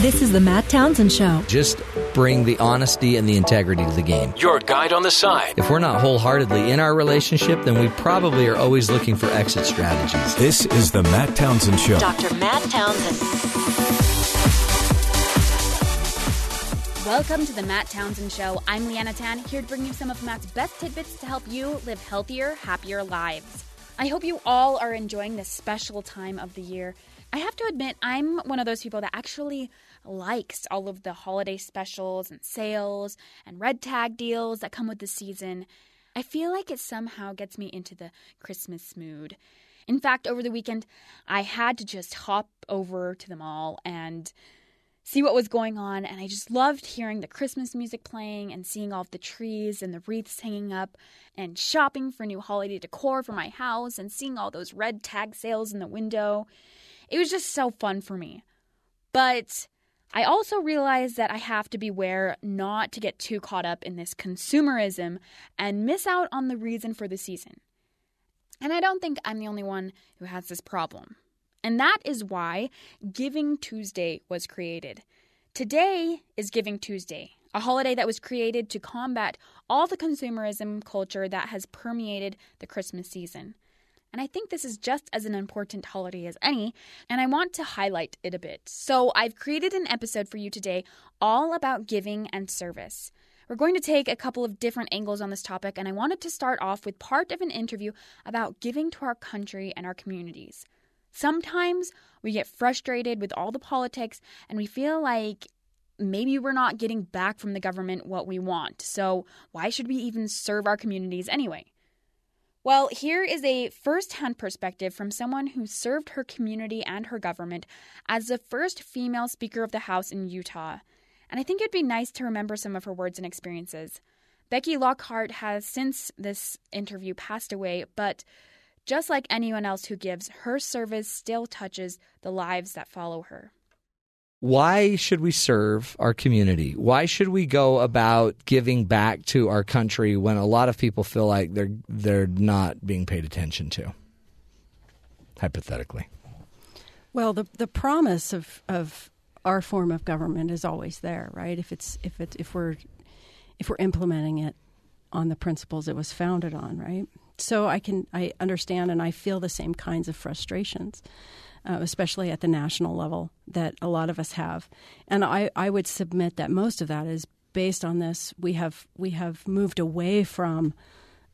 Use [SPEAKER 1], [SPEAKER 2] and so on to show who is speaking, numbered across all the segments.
[SPEAKER 1] This is the Matt Townsend Show.
[SPEAKER 2] Just bring the honesty and the integrity to the game.
[SPEAKER 3] Your guide on the side.
[SPEAKER 2] If we're not wholeheartedly in our relationship, then we probably are always looking for exit strategies.
[SPEAKER 4] This is the Matt Townsend Show.
[SPEAKER 5] Dr. Matt Townsend.
[SPEAKER 6] Welcome to the Matt Townsend Show. I'm Leanna Tan, here to bring you some of Matt's best tidbits to help you live healthier, happier lives. I hope you all are enjoying this special time of the year. I have to admit, I'm one of those people that actually likes all of the holiday specials and sales and red tag deals that come with the season. I feel like it somehow gets me into the Christmas mood. In fact, over the weekend, I had to just hop over to the mall and see what was going on. And I just loved hearing the Christmas music playing and seeing all of the trees and the wreaths hanging up and shopping for new holiday decor for my house and seeing all those red tag sales in the window. It was just so fun for me. But I also realized that I have to beware not to get too caught up in this consumerism and miss out on the reason for the season. And I don't think I'm the only one who has this problem. And that is why Giving Tuesday was created. Today is Giving Tuesday, a holiday that was created to combat all the consumerism culture that has permeated the Christmas season. And I think this is just as an important holiday as any, and I want to highlight it a bit. So I've created an episode for you today all about giving and service. We're going to take a couple of different angles on this topic, and I wanted to start off with part of an interview about giving to our country and our communities. Sometimes we get frustrated with all the politics and we feel like maybe we're not getting back from the government what we want. So, why should we even serve our communities anyway? Well, here is a firsthand perspective from someone who served her community and her government as the first female Speaker of the House in Utah. And I think it'd be nice to remember some of her words and experiences. Becky Lockhart has since this interview passed away, but just like anyone else who gives, her service still touches the lives that follow her.
[SPEAKER 2] Why should we serve our community? Why should we go about giving back to our country when a lot of people feel like they're they're not being paid attention to? Hypothetically.
[SPEAKER 7] Well, the the promise of of our form of government is always there, right? If it's if it if we're if we're implementing it on the principles it was founded on, right? So I can I understand and I feel the same kinds of frustrations, uh, especially at the national level that a lot of us have, and I I would submit that most of that is based on this. We have we have moved away from.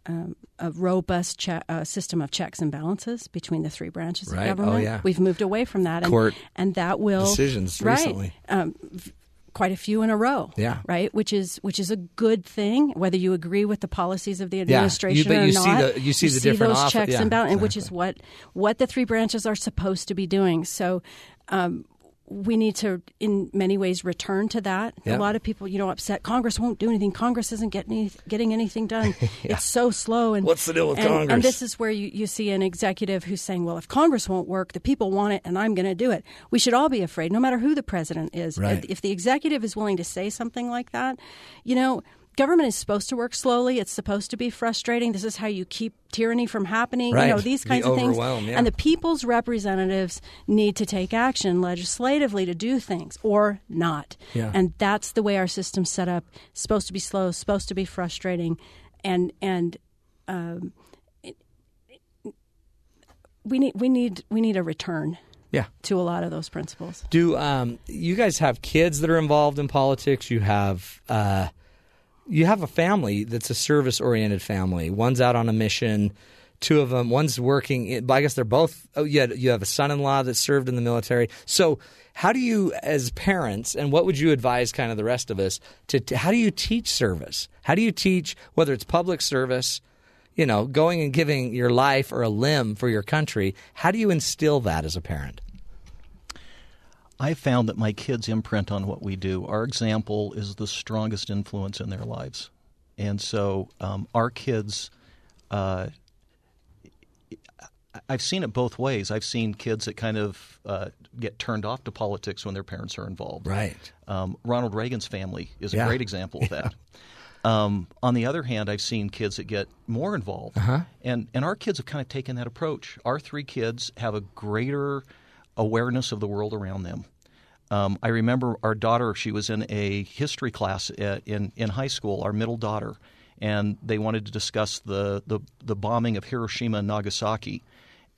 [SPEAKER 7] Um, a robust che- uh, system of checks and balances between the three branches
[SPEAKER 2] Right. Oh,
[SPEAKER 7] of government.
[SPEAKER 2] yeah.
[SPEAKER 7] We've moved away from that, and,
[SPEAKER 2] Court
[SPEAKER 7] and that will
[SPEAKER 2] decisions
[SPEAKER 7] right,
[SPEAKER 2] recently.
[SPEAKER 7] Um, v- quite a few in a row.
[SPEAKER 2] Yeah.
[SPEAKER 7] right. Which is which is a good thing, whether you agree with the policies of the
[SPEAKER 2] you-
[SPEAKER 7] administration
[SPEAKER 2] but
[SPEAKER 7] or
[SPEAKER 2] you see
[SPEAKER 7] not.
[SPEAKER 2] the- you see the different
[SPEAKER 7] those
[SPEAKER 2] off-
[SPEAKER 7] checks
[SPEAKER 2] yeah,
[SPEAKER 7] and balances, and which is what what the three branches are supposed to be doing. So. Um, we need to, in many ways, return to that.
[SPEAKER 2] Yeah.
[SPEAKER 7] A lot of people, you know, upset. Congress won't do anything. Congress isn't getting any, getting anything done. It's so slow. And
[SPEAKER 2] What's the deal with
[SPEAKER 7] and-
[SPEAKER 2] Congress?
[SPEAKER 7] And this is where you, you see an executive who's saying, "Well, if Congress won't work, the people want it, and I'm going to do it." We should all be afraid, no matter who the president is.
[SPEAKER 2] Right.
[SPEAKER 7] If the executive is willing to say something like that, you know. Government is supposed to work slowly. It's supposed to be frustrating. This is how you keep tyranny from happening. You know
[SPEAKER 2] Right.
[SPEAKER 7] these
[SPEAKER 2] The
[SPEAKER 7] kinds of things.
[SPEAKER 2] overwhelm, yeah.
[SPEAKER 7] And the people's representatives need to take action legislatively to do things or not.
[SPEAKER 2] Yeah.
[SPEAKER 7] And that's the way our system's set up. It's supposed to be slow, supposed to be frustrating, and and um, it- it- we need we need we need a return
[SPEAKER 2] Yeah.
[SPEAKER 7] to a lot of those principles.
[SPEAKER 2] Do um, you guys have kids that are involved in politics? You have uh, you have a family that's a service oriented family. One's out on a mission. Two of them. One's working. In, but I guess they're both. Oh, yeah. You have a son in law that served in the military. So how do you, as parents, and what would you advise kind of the rest of us to? to how do you teach service? How do you teach whether it's public service? You know, going and giving your life or a limb for your country, how do you instill that as a parent?
[SPEAKER 8] I found that my kids imprint on what we do. Our example is the strongest influence in their lives, and so um, our kids. Uh, I- I've seen it both ways. I've seen kids that kind of uh, get turned off to politics when their parents are involved.
[SPEAKER 2] Right.
[SPEAKER 8] Um, Ronald Reagan's family is
[SPEAKER 2] Yeah.
[SPEAKER 8] a great example of that. Um, on the other hand, I've seen kids that get more involved,
[SPEAKER 2] Uh-huh.
[SPEAKER 8] and and our kids have kind of taken that approach. Our three kids have a greater awareness of the world around them. Um, I remember our daughter; she was in a history class at, in in high school. Our middle daughter, and they wanted to discuss the the, the bombing of Hiroshima and Nagasaki.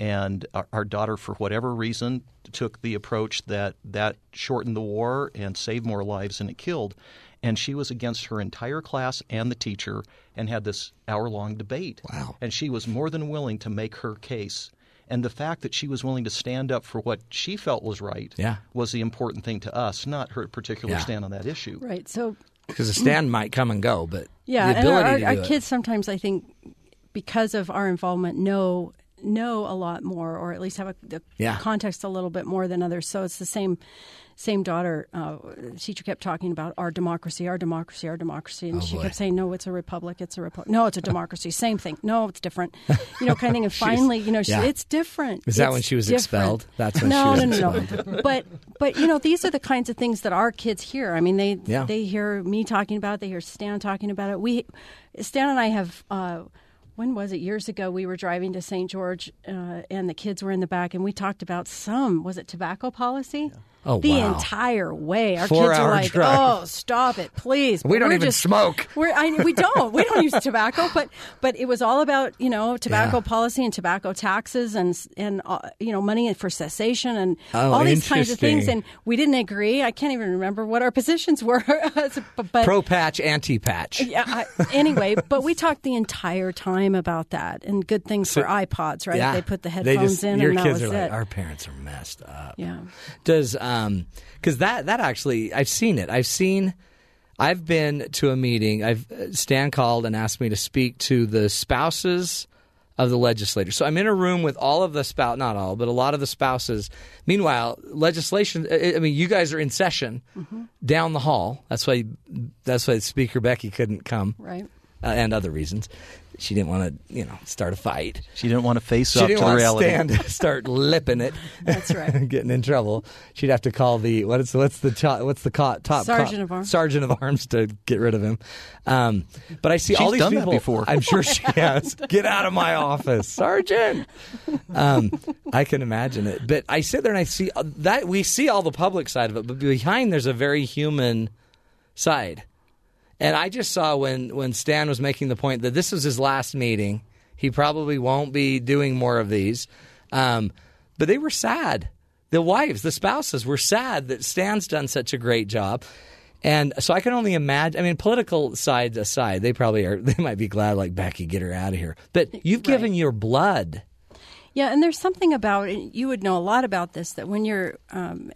[SPEAKER 8] And our, our daughter, for whatever reason, took the approach that that shortened the war and saved more lives than it killed. And she was against her entire class and the teacher, and had this hour long debate.
[SPEAKER 2] Wow.
[SPEAKER 8] And she was more than willing to make her case. And the fact that she was willing to stand up for what she felt was right
[SPEAKER 2] Yeah.
[SPEAKER 8] was the important thing to us, not her particular
[SPEAKER 2] Yeah.
[SPEAKER 8] stand on that issue.
[SPEAKER 7] Right. So
[SPEAKER 2] Because the stand might come and go, but
[SPEAKER 7] yeah,
[SPEAKER 2] the
[SPEAKER 7] and our,
[SPEAKER 2] ability
[SPEAKER 7] our,
[SPEAKER 2] to
[SPEAKER 7] our
[SPEAKER 2] do it-
[SPEAKER 7] kids sometimes I think because of our involvement know know a lot more, or at least have a, the
[SPEAKER 2] Yeah.
[SPEAKER 7] context a little bit more than others. So it's the same same daughter. Uh, teacher kept talking about our democracy, our democracy, our democracy, and
[SPEAKER 2] Oh,
[SPEAKER 7] she
[SPEAKER 2] boy.
[SPEAKER 7] kept saying, "No, it's a republic. It's a republic. No, it's a democracy. Same thing. No, it's different. You know, kind of thing." And finally, you know, she,
[SPEAKER 2] yeah.
[SPEAKER 7] it's different.
[SPEAKER 2] Is that
[SPEAKER 7] It's
[SPEAKER 2] when she was
[SPEAKER 7] different.
[SPEAKER 2] expelled? That's when
[SPEAKER 7] no,
[SPEAKER 2] she was
[SPEAKER 7] no, no, no. but but you know, these are the kinds of things that our kids hear. I mean, they
[SPEAKER 2] Yeah.
[SPEAKER 7] they hear me talking about it. They hear Stan talking about it. We Stan and I have. Uh, when was it? Years ago, we were driving to St. George, uh, and the kids were in the back, and we talked about some was it tobacco policy?
[SPEAKER 2] Oh,
[SPEAKER 7] the
[SPEAKER 2] wow.
[SPEAKER 7] entire way. Our kids
[SPEAKER 2] Four-hour
[SPEAKER 7] are like,
[SPEAKER 2] drive.
[SPEAKER 7] "Oh, stop it, please!"
[SPEAKER 2] We don't
[SPEAKER 7] We're
[SPEAKER 2] even smoke.
[SPEAKER 7] We're, I, we don't. We don't use tobacco, but but it was all about you know tobacco
[SPEAKER 2] Yeah.
[SPEAKER 7] policy and tobacco taxes and and uh, you know money for cessation and
[SPEAKER 2] Oh,
[SPEAKER 7] all these kinds of things.
[SPEAKER 2] interesting.
[SPEAKER 7] And we didn't agree. I can't even remember what our positions were. but but-
[SPEAKER 2] pro patch, anti patch.
[SPEAKER 7] yeah, I, anyway, but we talked the entire time about that and good things for iPods, right? They put the headphones
[SPEAKER 2] just,
[SPEAKER 7] in,
[SPEAKER 2] Your
[SPEAKER 7] and that
[SPEAKER 2] kids
[SPEAKER 7] was
[SPEAKER 2] are like,
[SPEAKER 7] it.
[SPEAKER 2] our parents are messed up.
[SPEAKER 7] yeah.
[SPEAKER 2] Does um because that that actually I've seen it. I've seen I've been to a meeting. I've uh, Stan called and asked me to speak to the spouses of the legislators. So I'm in a room with all of the spout, not all, but a lot of the spouses. Meanwhile, legislation. uh, I I mean, you guys are in session
[SPEAKER 7] Mm-hmm.
[SPEAKER 2] down the hall. That's why. That's why Speaker Becky couldn't come,
[SPEAKER 7] Right.
[SPEAKER 2] Uh, and other reasons. She didn't want to, you know, start a fight.
[SPEAKER 8] She didn't want to face
[SPEAKER 2] She
[SPEAKER 8] up to
[SPEAKER 2] didn't
[SPEAKER 8] the
[SPEAKER 2] want
[SPEAKER 8] reality.
[SPEAKER 2] Stan to start lipping it.
[SPEAKER 7] That's right.
[SPEAKER 2] getting in trouble. She'd have to call the what is what's the cho- what's the co- top
[SPEAKER 7] Sergeant
[SPEAKER 2] cop-
[SPEAKER 7] of Arms.
[SPEAKER 2] sergeant of arms to get rid of him. Um, but I see all
[SPEAKER 8] She's
[SPEAKER 2] these
[SPEAKER 8] done that
[SPEAKER 2] people.
[SPEAKER 8] before.
[SPEAKER 2] I'm sure she has. Get out of my office, sergeant. Um, I can imagine it. But I sit there and I see uh, that we see all the public side of it, but behind there's a very human side. And I just saw when when Stan was making the point that this was his last meeting. He probably won't be doing more of these. Um, but they were sad. The wives, the spouses were sad that Stan's done such a great job. And so I can only imagine. I mean, political sides aside, they probably are. They might be glad, like Becky, get her out of here. But you've given your blood.
[SPEAKER 7] Yeah, and there's something about and you would know a lot about this that when you're um,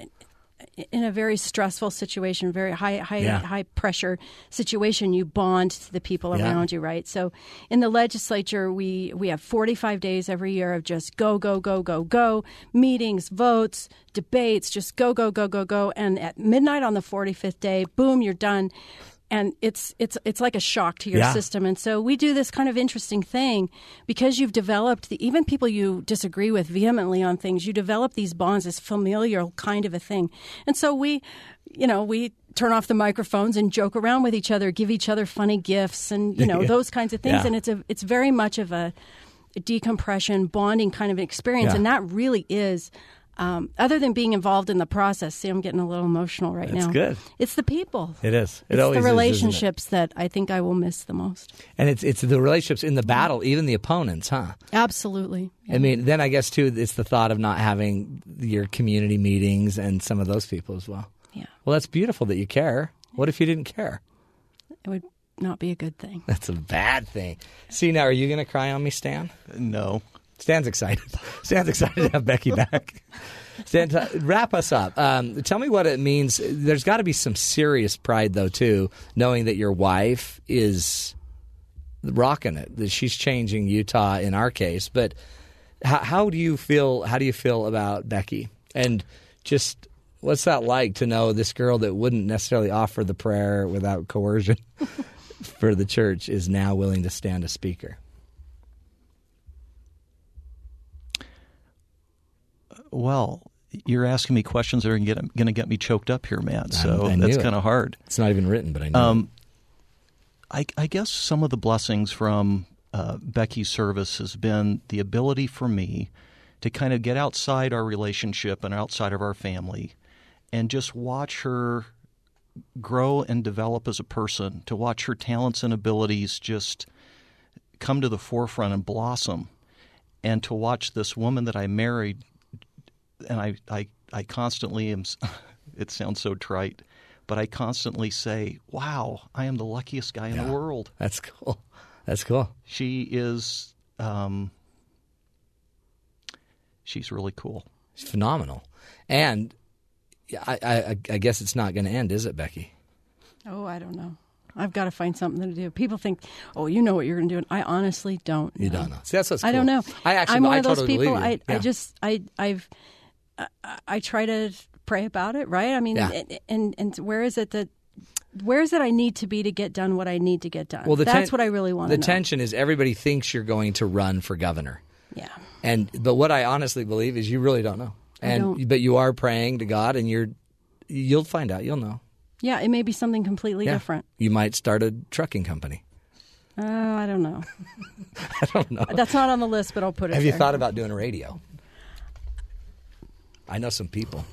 [SPEAKER 7] in a very stressful situation, very high high
[SPEAKER 2] Yeah.
[SPEAKER 7] high pressure situation, you bond to the people
[SPEAKER 2] Yeah.
[SPEAKER 7] around you, right? So in the legislature, we we have 45 days every year of just go go go go go meetings, votes, debates, just go go go go go, and at midnight on the 45th day, boom, you're done. And it's it's it's like a shock to your
[SPEAKER 2] Yeah.
[SPEAKER 7] system system. And so we do this kind of interesting thing because you've developed the even people you disagree with vehemently on things, you develop these bonds, this familial kind of a thing. And so we, you know, we turn off the microphones and joke around with each other, give each other funny gifts and, you know, those kinds of things.
[SPEAKER 2] Yeah.
[SPEAKER 7] And it's a it's very much of a decompression, bonding kind of an experience.
[SPEAKER 2] Yeah.
[SPEAKER 7] And that really is um, other than being involved in the process, see, I'm getting a little emotional right
[SPEAKER 2] That's
[SPEAKER 7] now.
[SPEAKER 2] good.
[SPEAKER 7] It's the people.
[SPEAKER 2] It is. It
[SPEAKER 7] it's
[SPEAKER 2] always
[SPEAKER 7] the
[SPEAKER 2] is, isn't it?
[SPEAKER 7] relationships that I think I will miss the most.
[SPEAKER 2] And it's it's the relationships in the battle, even the opponents, huh?
[SPEAKER 7] Absolutely.
[SPEAKER 2] I mean, then I guess too, it's the thought of not having your community meetings and some of those people as well.
[SPEAKER 7] Yeah.
[SPEAKER 2] Well, that's beautiful that you care. What if you didn't care?
[SPEAKER 7] It would not be a good thing.
[SPEAKER 2] That's a bad thing. See, now are you going to cry on me, Stan?
[SPEAKER 8] No.
[SPEAKER 2] Stan's excited. Stan's excited to have Becky back. Stan, t- wrap us up. Um, tell me what it means. There's got to be some serious pride, though, too, knowing that your wife is rocking it. That she's changing Utah in our case. But how, how do you feel? How do you feel about Becky? And just what's that like to know this girl that wouldn't necessarily offer the prayer without coercion for the church is now willing to stand a speaker?
[SPEAKER 8] Well, you're asking me questions that are going to get me choked up here, Matt. So
[SPEAKER 2] I knew
[SPEAKER 8] that's
[SPEAKER 2] it.
[SPEAKER 8] kind of hard.
[SPEAKER 2] It's not even written, but I know.
[SPEAKER 8] Um, I, I guess some of the blessings from uh, Becky's service has been the ability for me to kind of get outside our relationship and outside of our family and just watch her grow and develop as a person, to watch her talents and abilities just come to the forefront and blossom, and to watch this woman that I married, and I, I, I constantly am, it sounds so trite, but I constantly say, wow, I am the luckiest guy in the world.
[SPEAKER 2] That's cool. That's cool.
[SPEAKER 8] She is, um, she's really cool.
[SPEAKER 2] It's phenomenal. And yeah, I, I, I guess it's not going to end, is it, Becky?
[SPEAKER 7] Oh, I don't know. I've got to find something to do. People think, oh, you know what you're going to do. And I honestly don't.
[SPEAKER 2] You don't know. See, that's what's
[SPEAKER 7] I don't
[SPEAKER 2] cool.
[SPEAKER 7] know.
[SPEAKER 2] I actually,
[SPEAKER 7] I'm one
[SPEAKER 2] I
[SPEAKER 7] of those
[SPEAKER 2] totally
[SPEAKER 7] people.
[SPEAKER 2] believe you.
[SPEAKER 7] I, I
[SPEAKER 2] Yeah.
[SPEAKER 7] just, I, I've, I, I try to pray about it, right? I mean,
[SPEAKER 2] Yeah.
[SPEAKER 7] and, and and where is it that, where is it I need to be to get done what I need to get done?
[SPEAKER 2] Well, the ten-
[SPEAKER 7] that's what I really want
[SPEAKER 2] The
[SPEAKER 7] to know.
[SPEAKER 2] tension is everybody thinks you're going to run for governor,
[SPEAKER 7] yeah,
[SPEAKER 2] and but what I honestly believe is you really don't know, and
[SPEAKER 7] don't.
[SPEAKER 2] but you are praying to God, and you're you'll find out. You'll know.
[SPEAKER 7] yeah. It may be something completely
[SPEAKER 2] Yeah.
[SPEAKER 7] different.
[SPEAKER 2] You might start a trucking company.
[SPEAKER 7] Uh, I don't know. I don't know. That's not on the list, but I'll put it.
[SPEAKER 2] Have you
[SPEAKER 7] there.
[SPEAKER 2] thought about doing radio? I know some people.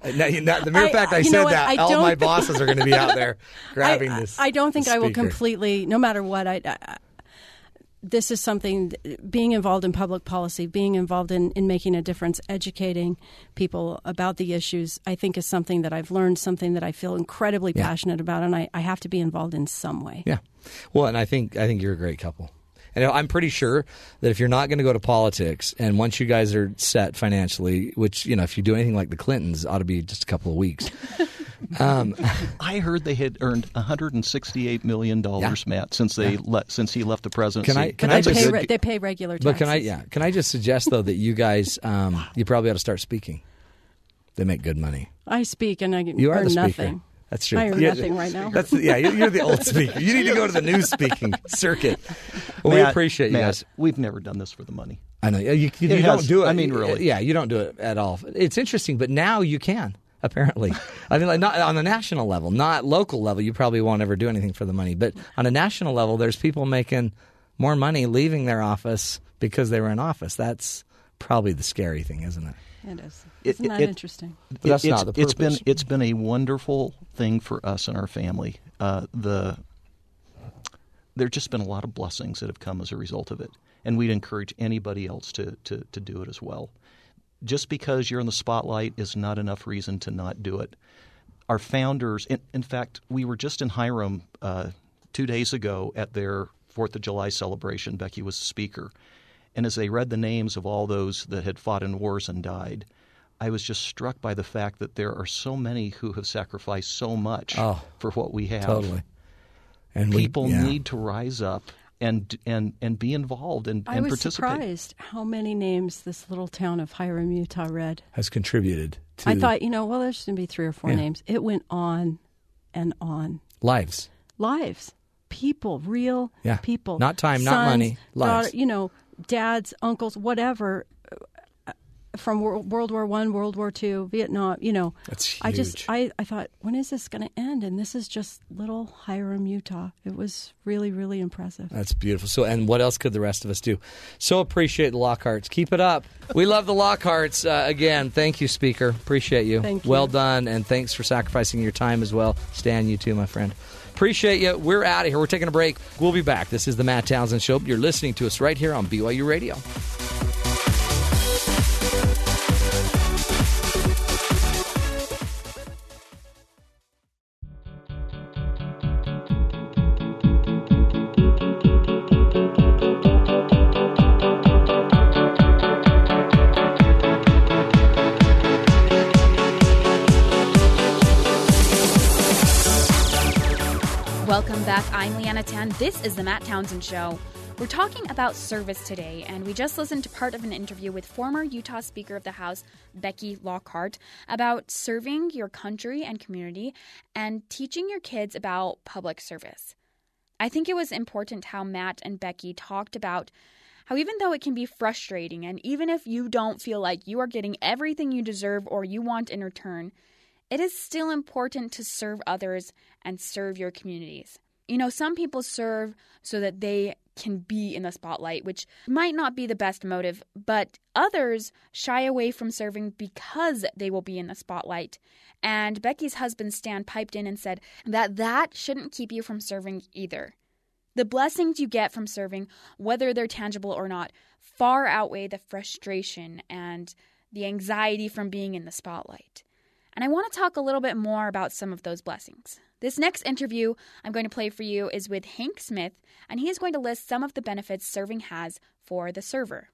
[SPEAKER 2] Uh, now, you- now, the mere
[SPEAKER 7] I-
[SPEAKER 2] fact I
[SPEAKER 7] you know
[SPEAKER 2] said
[SPEAKER 7] what?
[SPEAKER 2] that,
[SPEAKER 7] I
[SPEAKER 2] all my
[SPEAKER 7] don't-
[SPEAKER 2] bosses are going to be out there grabbing
[SPEAKER 7] I,
[SPEAKER 2] this.
[SPEAKER 7] I don't think I will
[SPEAKER 2] speaker.
[SPEAKER 7] completely, no matter what. I, I this is something being involved in public policy, being involved in in making a difference, educating people about the issues. I think is something that I've learned, something that I feel incredibly passionate about, and I, I have to be involved in some way.
[SPEAKER 2] Yeah. Well, and I think I think you're a great couple. And I'm pretty sure that if you're not going to go to politics, and once you guys are set financially, which you know, if you do anything like the Clintons, ought to be just a couple of weeks.
[SPEAKER 8] I heard they had earned 168 million dollars, Matt, since they le- since he left the presidency.
[SPEAKER 2] Can I- can
[SPEAKER 7] But
[SPEAKER 2] I
[SPEAKER 7] they
[SPEAKER 2] just-
[SPEAKER 7] pay
[SPEAKER 2] good-
[SPEAKER 7] re- they pay regular taxes.
[SPEAKER 2] But can I? Yeah. Can I just suggest though that you guys, um, you probably ought to start speaking. They make good money.
[SPEAKER 7] I speak and I
[SPEAKER 2] You are
[SPEAKER 7] earn
[SPEAKER 2] the speaker.
[SPEAKER 7] nothing.
[SPEAKER 2] That's true.
[SPEAKER 7] I earn
[SPEAKER 2] Yeah,
[SPEAKER 7] nothing right now.
[SPEAKER 2] That's yeah. You're you're the old speaker. You need to go to the new speaking circuit. Well, we
[SPEAKER 8] Matt,
[SPEAKER 2] appreciate you
[SPEAKER 8] Matt,
[SPEAKER 2] guys.
[SPEAKER 8] We've never done this for the money.
[SPEAKER 2] I know. Yeah, You, you,
[SPEAKER 8] It
[SPEAKER 2] you
[SPEAKER 8] has-
[SPEAKER 2] don't do it.
[SPEAKER 8] I mean, really.
[SPEAKER 2] Yeah, you don't do it at all. It's interesting, but now you can apparently. I mean, like not on the national level, not local level. You probably won't ever do anything for the money, but on a national level, there's people making more money leaving their office because they were in office. That's probably the scary thing, isn't it?
[SPEAKER 7] It is.
[SPEAKER 8] It-
[SPEAKER 7] Isn't that
[SPEAKER 8] it-
[SPEAKER 7] interesting?
[SPEAKER 2] that's
[SPEAKER 8] it's,
[SPEAKER 2] not the
[SPEAKER 8] it's been
[SPEAKER 2] purpose.
[SPEAKER 8] it's been a wonderful thing for us and our family. Uh, the there've just been a lot of blessings that have come as a result of it, and we'd encourage anybody else to to to do it as well. Just because you're in the spotlight is not enough reason to not do it. Our founders, in, in fact, we were just in Hiram uh, two days ago at their Fourth of July celebration. Becky was the speaker, and as they read the names of all those that had fought in wars and died, I was just struck by the fact that there are so many who have sacrificed so much
[SPEAKER 2] Oh,
[SPEAKER 8] for what we have
[SPEAKER 2] Totally. And we-
[SPEAKER 8] people
[SPEAKER 2] yeah.
[SPEAKER 8] need to rise up and and and be involved and,
[SPEAKER 7] I
[SPEAKER 8] and
[SPEAKER 7] was
[SPEAKER 8] participate.
[SPEAKER 7] surprised how many names this little town of Hiram, Utah read.
[SPEAKER 2] has contributed to
[SPEAKER 7] I thought, you know, well, there's going to be three or four
[SPEAKER 2] Yeah.
[SPEAKER 7] names. It went on and on.
[SPEAKER 2] lives.
[SPEAKER 7] Lives, people, real
[SPEAKER 2] Yeah.
[SPEAKER 7] people.
[SPEAKER 2] Not time, not
[SPEAKER 7] Sons,
[SPEAKER 2] money, lives.
[SPEAKER 7] daughter- you know, dads, uncles, whatever. uh, From Wor- World War One, World War Two, Vietnam. You know,
[SPEAKER 2] That's
[SPEAKER 7] I just,
[SPEAKER 2] huge.
[SPEAKER 7] I, I thought, when is this going to end? And this is just little Hiram, Utah. It was really, really impressive.
[SPEAKER 2] That's beautiful. So, and what else could the rest of us do? So appreciate the Lockharts. Keep it up. We love the Lockharts. Uh, again, thank you, Speaker. Appreciate you.
[SPEAKER 7] Thank you.
[SPEAKER 2] Well done, and thanks for sacrificing your time as well. Stan, you too, my friend. Appreciate you. We're out of here. We're taking a break. We'll be back. This is the Matt Townsend Show. You're listening to us right here on BYU Radio.
[SPEAKER 6] Welcome back. I'm Leanna Tan. This is the Matt Townsend Show. We're talking about service today, and we just listened to part of an interview with former Utah Speaker of the House Becky Lockhart about serving your country and community and teaching your kids about public service. I think it was important how Matt and Becky talked about how, even though it can be frustrating, and even if you don't feel like you are getting everything you deserve or you want in return, it is still important to serve others and serve your communities. You know, some people serve so that they can be in the spotlight, which might not be the best motive, but others shy away from serving because they will be in the spotlight. And Becky's husband Stan piped in and said that that shouldn't keep you from serving either. The blessings you get from serving, whether they're tangible or not, far outweigh the frustration and the anxiety from being in the spotlight. And I want to talk a little bit more about some of those blessings. This next interview I'm going to play for you is with Hank Smith, and he is going to list some of the benefits serving has for the server.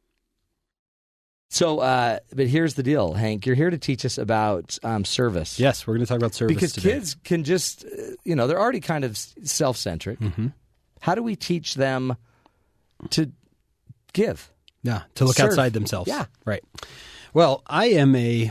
[SPEAKER 2] So, uh, but here's the deal, Hank. You're here to teach us about um, service.
[SPEAKER 3] Yes, we're going to talk about service
[SPEAKER 2] because
[SPEAKER 3] today.
[SPEAKER 2] kids can just, uh, you know, they're already kind of self centric.
[SPEAKER 3] Mm-hmm.
[SPEAKER 2] How do we teach them to give?
[SPEAKER 3] yeah, to look
[SPEAKER 2] serve.
[SPEAKER 3] outside themselves.
[SPEAKER 2] Yeah.
[SPEAKER 3] right. Well, I am a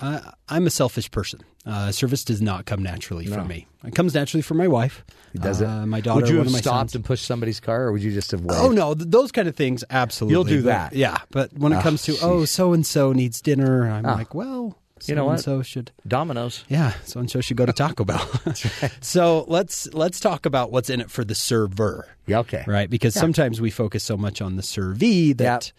[SPEAKER 3] I, I'm a selfish person. Uh, service does not come naturally for me. It comes naturally for my wife.
[SPEAKER 2] Does
[SPEAKER 3] Uh,
[SPEAKER 2] it?
[SPEAKER 3] my daughter.
[SPEAKER 2] Would you have
[SPEAKER 3] one of my
[SPEAKER 2] stopped
[SPEAKER 3] sons.
[SPEAKER 2] and pushed somebody's car, or would you just have waved?
[SPEAKER 3] Oh no, th- those kind of things absolutely.
[SPEAKER 2] You'll do
[SPEAKER 3] But-
[SPEAKER 2] that.
[SPEAKER 3] yeah, but when it
[SPEAKER 2] Ah,
[SPEAKER 3] comes to oh,
[SPEAKER 2] jeez.
[SPEAKER 3] so and so needs dinner, I'm
[SPEAKER 2] Ah.
[SPEAKER 3] like, well,
[SPEAKER 2] You know what?
[SPEAKER 3] So should
[SPEAKER 2] Dominoes.
[SPEAKER 3] yeah, so and so should go to Taco Bell. So let's let's talk about what's in it for the server,
[SPEAKER 2] Yeah, okay.
[SPEAKER 3] right? Because sometimes we focus so much on the servee that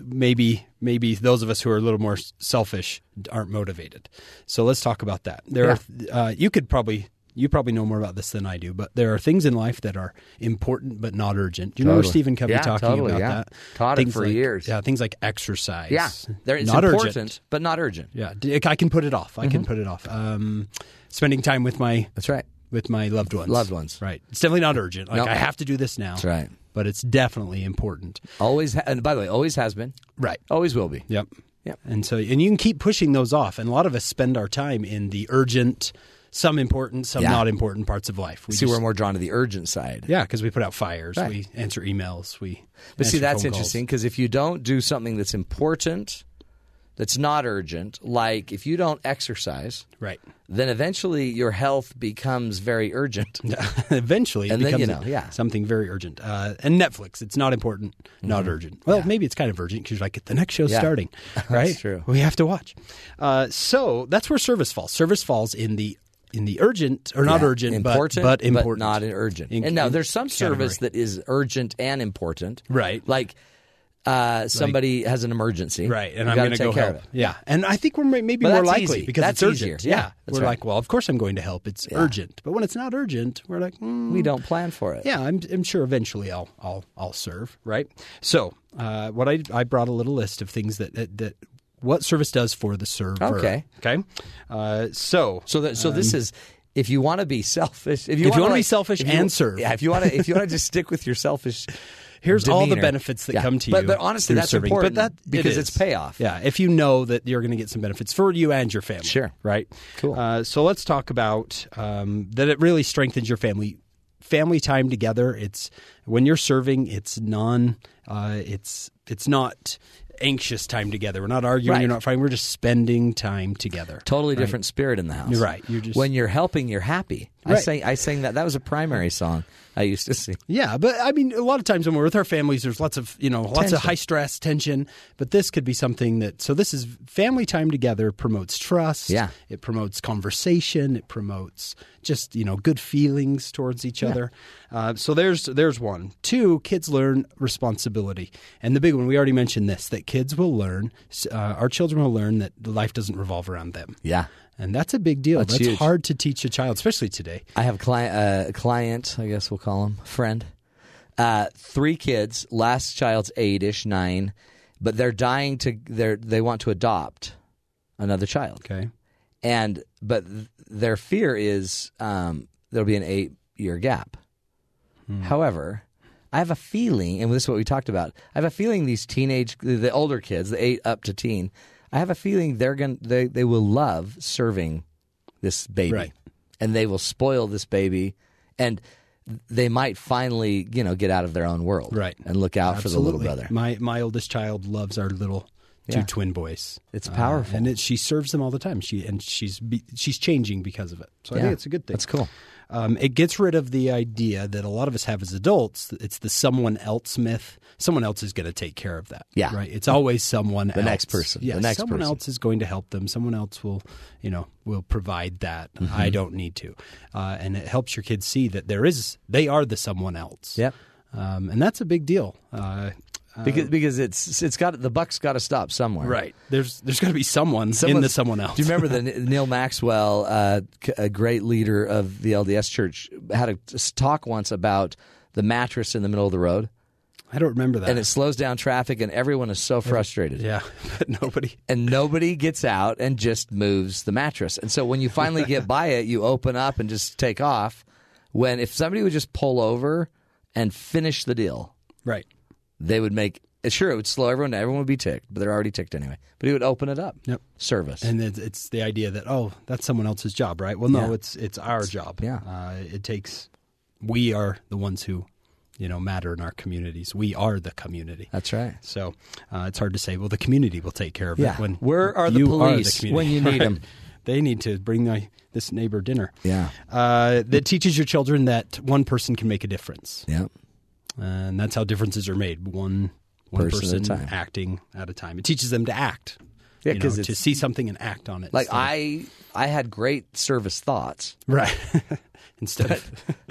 [SPEAKER 3] maybe maybe those of us who are a little more s- selfish aren't motivated. So let's talk about that. There are uh, you could probably you probably know more about this than I do, but there are things in life that are important but not urgent. Do you remember
[SPEAKER 2] Totally.
[SPEAKER 3] Stephen Covey
[SPEAKER 2] Yeah,
[SPEAKER 3] talking
[SPEAKER 2] totally,
[SPEAKER 3] about
[SPEAKER 2] yeah.
[SPEAKER 3] that?
[SPEAKER 2] Taught it
[SPEAKER 3] things
[SPEAKER 2] for
[SPEAKER 3] like-
[SPEAKER 2] years.
[SPEAKER 3] Yeah, things like exercise.
[SPEAKER 2] Yeah, there, it's
[SPEAKER 3] not
[SPEAKER 2] important, Mm-hmm.
[SPEAKER 3] urgent.
[SPEAKER 2] but not urgent.
[SPEAKER 3] Yeah, d- I can put it off. I can put it off. Um, spending time with my
[SPEAKER 2] That's right.
[SPEAKER 3] with my loved ones.
[SPEAKER 2] Loved ones.
[SPEAKER 3] Right. It's definitely not urgent. Like
[SPEAKER 2] Nope.
[SPEAKER 3] I have to do this now.
[SPEAKER 2] That's right.
[SPEAKER 3] But it's definitely important.
[SPEAKER 2] Always, ha- and by the way, always has been,
[SPEAKER 3] Right.
[SPEAKER 2] always will be.
[SPEAKER 3] Yep.
[SPEAKER 2] Yep.
[SPEAKER 3] And so and you can keep pushing those off. And a lot of us spend our time in the urgent, some important, some
[SPEAKER 2] Yeah.
[SPEAKER 3] not important parts of life. We
[SPEAKER 2] See,
[SPEAKER 3] just-
[SPEAKER 2] we're more drawn to the urgent side.
[SPEAKER 3] yeah, because we put out fires,
[SPEAKER 2] Right.
[SPEAKER 3] we answer emails, we.
[SPEAKER 2] But see,
[SPEAKER 3] answer
[SPEAKER 2] that's
[SPEAKER 3] phone calls.
[SPEAKER 2] interesting because if you don't do something that's important, that's not urgent, like if you don't exercise,
[SPEAKER 3] Right.
[SPEAKER 2] then eventually your health becomes very urgent.
[SPEAKER 3] Eventually, it
[SPEAKER 2] And then,
[SPEAKER 3] becomes
[SPEAKER 2] you know, yeah.
[SPEAKER 3] something very urgent. Uh, and Netflix, it's not important, not urgent. Well, maybe it's kind of urgent because you're like, the next show's
[SPEAKER 2] Mm-hmm. Yeah.
[SPEAKER 3] starting, right?
[SPEAKER 2] true.
[SPEAKER 3] We have to watch. Uh, so that's where service falls. Service falls in the in the urgent or not
[SPEAKER 2] Yeah.
[SPEAKER 3] urgent, but-
[SPEAKER 2] important,
[SPEAKER 3] but, important,
[SPEAKER 2] not urgent.
[SPEAKER 3] In-
[SPEAKER 2] and now
[SPEAKER 3] in
[SPEAKER 2] there's some service
[SPEAKER 3] category.
[SPEAKER 2] that is urgent and important,
[SPEAKER 3] Right.
[SPEAKER 2] Like uh, somebody has an emergency,
[SPEAKER 3] Right, and
[SPEAKER 2] You gotta
[SPEAKER 3] I'm going to
[SPEAKER 2] take
[SPEAKER 3] go
[SPEAKER 2] care
[SPEAKER 3] help.
[SPEAKER 2] of it.
[SPEAKER 3] Yeah, and I think we're may- maybe
[SPEAKER 2] But
[SPEAKER 3] more
[SPEAKER 2] that's
[SPEAKER 3] likely
[SPEAKER 2] easy.
[SPEAKER 3] because
[SPEAKER 2] That's
[SPEAKER 3] it's urgent.
[SPEAKER 2] easier. Yeah, that's
[SPEAKER 3] we're
[SPEAKER 2] right.
[SPEAKER 3] like, well, of course I'm going to help. It's urgent, but when it's not urgent, we're like, mm,
[SPEAKER 2] We don't plan for it.
[SPEAKER 3] yeah, I'm, I'm sure eventually I'll I'll I'll serve, right? So, uh, what I I brought a little list of things that that, that what service does for the server.
[SPEAKER 2] Okay.
[SPEAKER 3] okay. Uh, so,
[SPEAKER 2] So that so this is Um, if you want to be selfish, if you
[SPEAKER 3] If you
[SPEAKER 2] wanna,
[SPEAKER 3] wanna be
[SPEAKER 2] like-
[SPEAKER 3] selfish
[SPEAKER 2] if
[SPEAKER 3] and serve.
[SPEAKER 2] yeah. If you want to, if you want to just stick with your selfish.
[SPEAKER 3] here's all the
[SPEAKER 2] demeanor.
[SPEAKER 3] benefits that
[SPEAKER 2] Yeah.
[SPEAKER 3] come to
[SPEAKER 2] But-
[SPEAKER 3] you.
[SPEAKER 2] but honestly,
[SPEAKER 3] through
[SPEAKER 2] that's
[SPEAKER 3] serving.
[SPEAKER 2] important
[SPEAKER 3] but that, it
[SPEAKER 2] because
[SPEAKER 3] is.
[SPEAKER 2] it's payoff.
[SPEAKER 3] Yeah, if you know that you're going to get some benefits for you and your family.
[SPEAKER 2] Sure.
[SPEAKER 3] right?
[SPEAKER 2] Cool.
[SPEAKER 3] Uh, so let's talk about um, that. It really strengthens your family family time together. It's when you're serving. It's non. Uh, it's it's not anxious time together. We're not arguing.
[SPEAKER 2] Right.
[SPEAKER 3] You're not fighting. We're just spending time together.
[SPEAKER 2] Totally different spirit in the house.
[SPEAKER 3] You're right. You're just-
[SPEAKER 2] when you're helping, you're happy. I
[SPEAKER 3] Right.
[SPEAKER 2] sang I sang that. That was a primary song I used to sing.
[SPEAKER 3] Yeah, but I mean, a lot of times when we're with our families, there's lots of you know lots
[SPEAKER 2] Tension.
[SPEAKER 3] of high stress tension. But this could be something that so this is family time together promotes trust.
[SPEAKER 2] Yeah.
[SPEAKER 3] it promotes conversation. It promotes just you know good feelings towards each other. Uh, so there's there's one. Two, kids learn responsibility, and the big one we already mentioned this that kids will learn. Uh, our children will learn that life doesn't revolve around them.
[SPEAKER 2] Yeah.
[SPEAKER 3] And that's a big deal.
[SPEAKER 2] That's
[SPEAKER 3] That's,
[SPEAKER 2] huge.
[SPEAKER 3] hard to teach a child, especially today.
[SPEAKER 2] I have client, uh, client, I guess we'll call him friend. Uh, three kids. Last child's eight ish, nine, but they're dying to. They're they want to adopt another child.
[SPEAKER 3] Okay.
[SPEAKER 2] and but th- their fear is um, there'll be an eight year gap.
[SPEAKER 3] Hmm.
[SPEAKER 2] However, I have a feeling, and this is what we talked about. I have a feeling these teenage, the the older kids, the eight up to teen, I have a feeling they're going to they they will love serving this baby,
[SPEAKER 3] Right.
[SPEAKER 2] and they will spoil this baby, and they might finally you know get out of their own world,
[SPEAKER 3] Right.
[SPEAKER 2] and look out for the little
[SPEAKER 3] Absolutely.
[SPEAKER 2] brother.
[SPEAKER 3] My my oldest child loves our little
[SPEAKER 2] Yeah.
[SPEAKER 3] two twin boys. Uh,
[SPEAKER 2] It's powerful.
[SPEAKER 3] and it, she serves them all the time. She and she's be, she's changing because of it. So I
[SPEAKER 2] Yeah.
[SPEAKER 3] think it's a good thing.
[SPEAKER 2] That's cool.
[SPEAKER 3] Um, it gets rid of the idea that a lot of us have as adults. It's the someone else myth. Someone else is going to take care of that.
[SPEAKER 2] Yeah.
[SPEAKER 3] right. It's always someone
[SPEAKER 2] The
[SPEAKER 3] else.
[SPEAKER 2] next person. The
[SPEAKER 3] Yeah,
[SPEAKER 2] next
[SPEAKER 3] someone
[SPEAKER 2] person.
[SPEAKER 3] else is going to help them. Someone else will, you know, will provide that.
[SPEAKER 2] Mm-hmm.
[SPEAKER 3] I don't need to, uh, and it helps your kids see that there is they are the someone else.
[SPEAKER 2] Yep.
[SPEAKER 3] um, and that's a big deal. Uh,
[SPEAKER 2] because because it's it's got the buck's got to stop somewhere.
[SPEAKER 3] right. There's there's got to be someone in
[SPEAKER 2] Someone's-
[SPEAKER 3] the someone else.
[SPEAKER 2] Do you remember the Neil Maxwell, uh, c- a great leader of the LDS Church, had a s- talk once about the mattress in the middle of the road,
[SPEAKER 3] I don't remember that.
[SPEAKER 2] and it slows down traffic, and everyone is so frustrated.
[SPEAKER 3] yeah, but nobody.
[SPEAKER 2] and nobody gets out and just moves the mattress. And so when you finally get by it, you open up and just take off. When if somebody would just pull over and finish the deal,
[SPEAKER 3] Right.
[SPEAKER 2] they would make eh, sure it would slow everyone down. Everyone would be ticked, but they're already ticked anyway. But he would open it up.
[SPEAKER 3] Yep.
[SPEAKER 2] Service.
[SPEAKER 3] And it's, it's the idea that oh, that's someone else's job, right? Well, no,
[SPEAKER 2] Yeah.
[SPEAKER 3] it's it's our job.
[SPEAKER 2] yeah.
[SPEAKER 3] Uh, it takes. We are the ones who, you know, matter in our communities. We are the community.
[SPEAKER 2] That's right.
[SPEAKER 3] So uh, it's hard to say. Well, the community will take care of
[SPEAKER 2] Yeah.
[SPEAKER 3] it. When
[SPEAKER 2] Where are the
[SPEAKER 3] you
[SPEAKER 2] police
[SPEAKER 3] community.
[SPEAKER 2] when you need 'em?
[SPEAKER 3] They need to bring my, this neighbor dinner.
[SPEAKER 2] Yeah.
[SPEAKER 3] Uh, that teaches your children that one person can make a difference,
[SPEAKER 2] Yep.
[SPEAKER 3] and that's how differences are made. One one
[SPEAKER 2] Person at a
[SPEAKER 3] person,
[SPEAKER 2] time.
[SPEAKER 3] acting at a time. It teaches them to act.
[SPEAKER 2] Yeah,
[SPEAKER 3] you know,
[SPEAKER 2] 'cause
[SPEAKER 3] to
[SPEAKER 2] it's-
[SPEAKER 3] see something and act on it.
[SPEAKER 2] Like
[SPEAKER 3] instead of-
[SPEAKER 2] I I had great service thoughts,
[SPEAKER 3] right instead of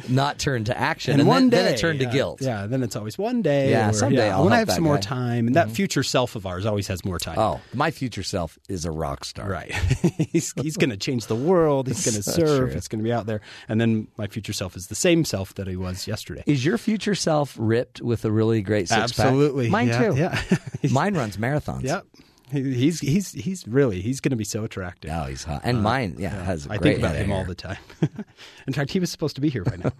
[SPEAKER 2] not turned to action.
[SPEAKER 3] and,
[SPEAKER 2] then,
[SPEAKER 3] one day
[SPEAKER 2] then it turned
[SPEAKER 3] yeah,
[SPEAKER 2] to guilt.
[SPEAKER 3] Yeah, then it's always one day.
[SPEAKER 2] Yeah,
[SPEAKER 3] or,
[SPEAKER 2] someday I'll
[SPEAKER 3] when I
[SPEAKER 2] help
[SPEAKER 3] have
[SPEAKER 2] that
[SPEAKER 3] some more
[SPEAKER 2] guy. Mm-hmm.
[SPEAKER 3] time, and that future self of ours always has more time.
[SPEAKER 2] Oh, my future self is a rock star.
[SPEAKER 3] Right. he's he's going to change the world. He's going to
[SPEAKER 2] So
[SPEAKER 3] serve.
[SPEAKER 2] true.
[SPEAKER 3] It's going to be out there. And then my future self is the same self that he was yesterday.
[SPEAKER 2] Is your future self ripped with a really great six
[SPEAKER 3] Absolutely.
[SPEAKER 2] pack? Mine
[SPEAKER 3] Yeah,
[SPEAKER 2] too.
[SPEAKER 3] yeah. He's-
[SPEAKER 2] mine runs marathons.
[SPEAKER 3] Yep. He- He's he's he's really he's going to be so attractive.
[SPEAKER 2] Oh, he's hot. And mine, yeah, has.
[SPEAKER 3] Uh, I
[SPEAKER 2] great
[SPEAKER 3] think about
[SPEAKER 2] head of
[SPEAKER 3] him all
[SPEAKER 2] hair.
[SPEAKER 3] the time. in fact, he was supposed to be here by now.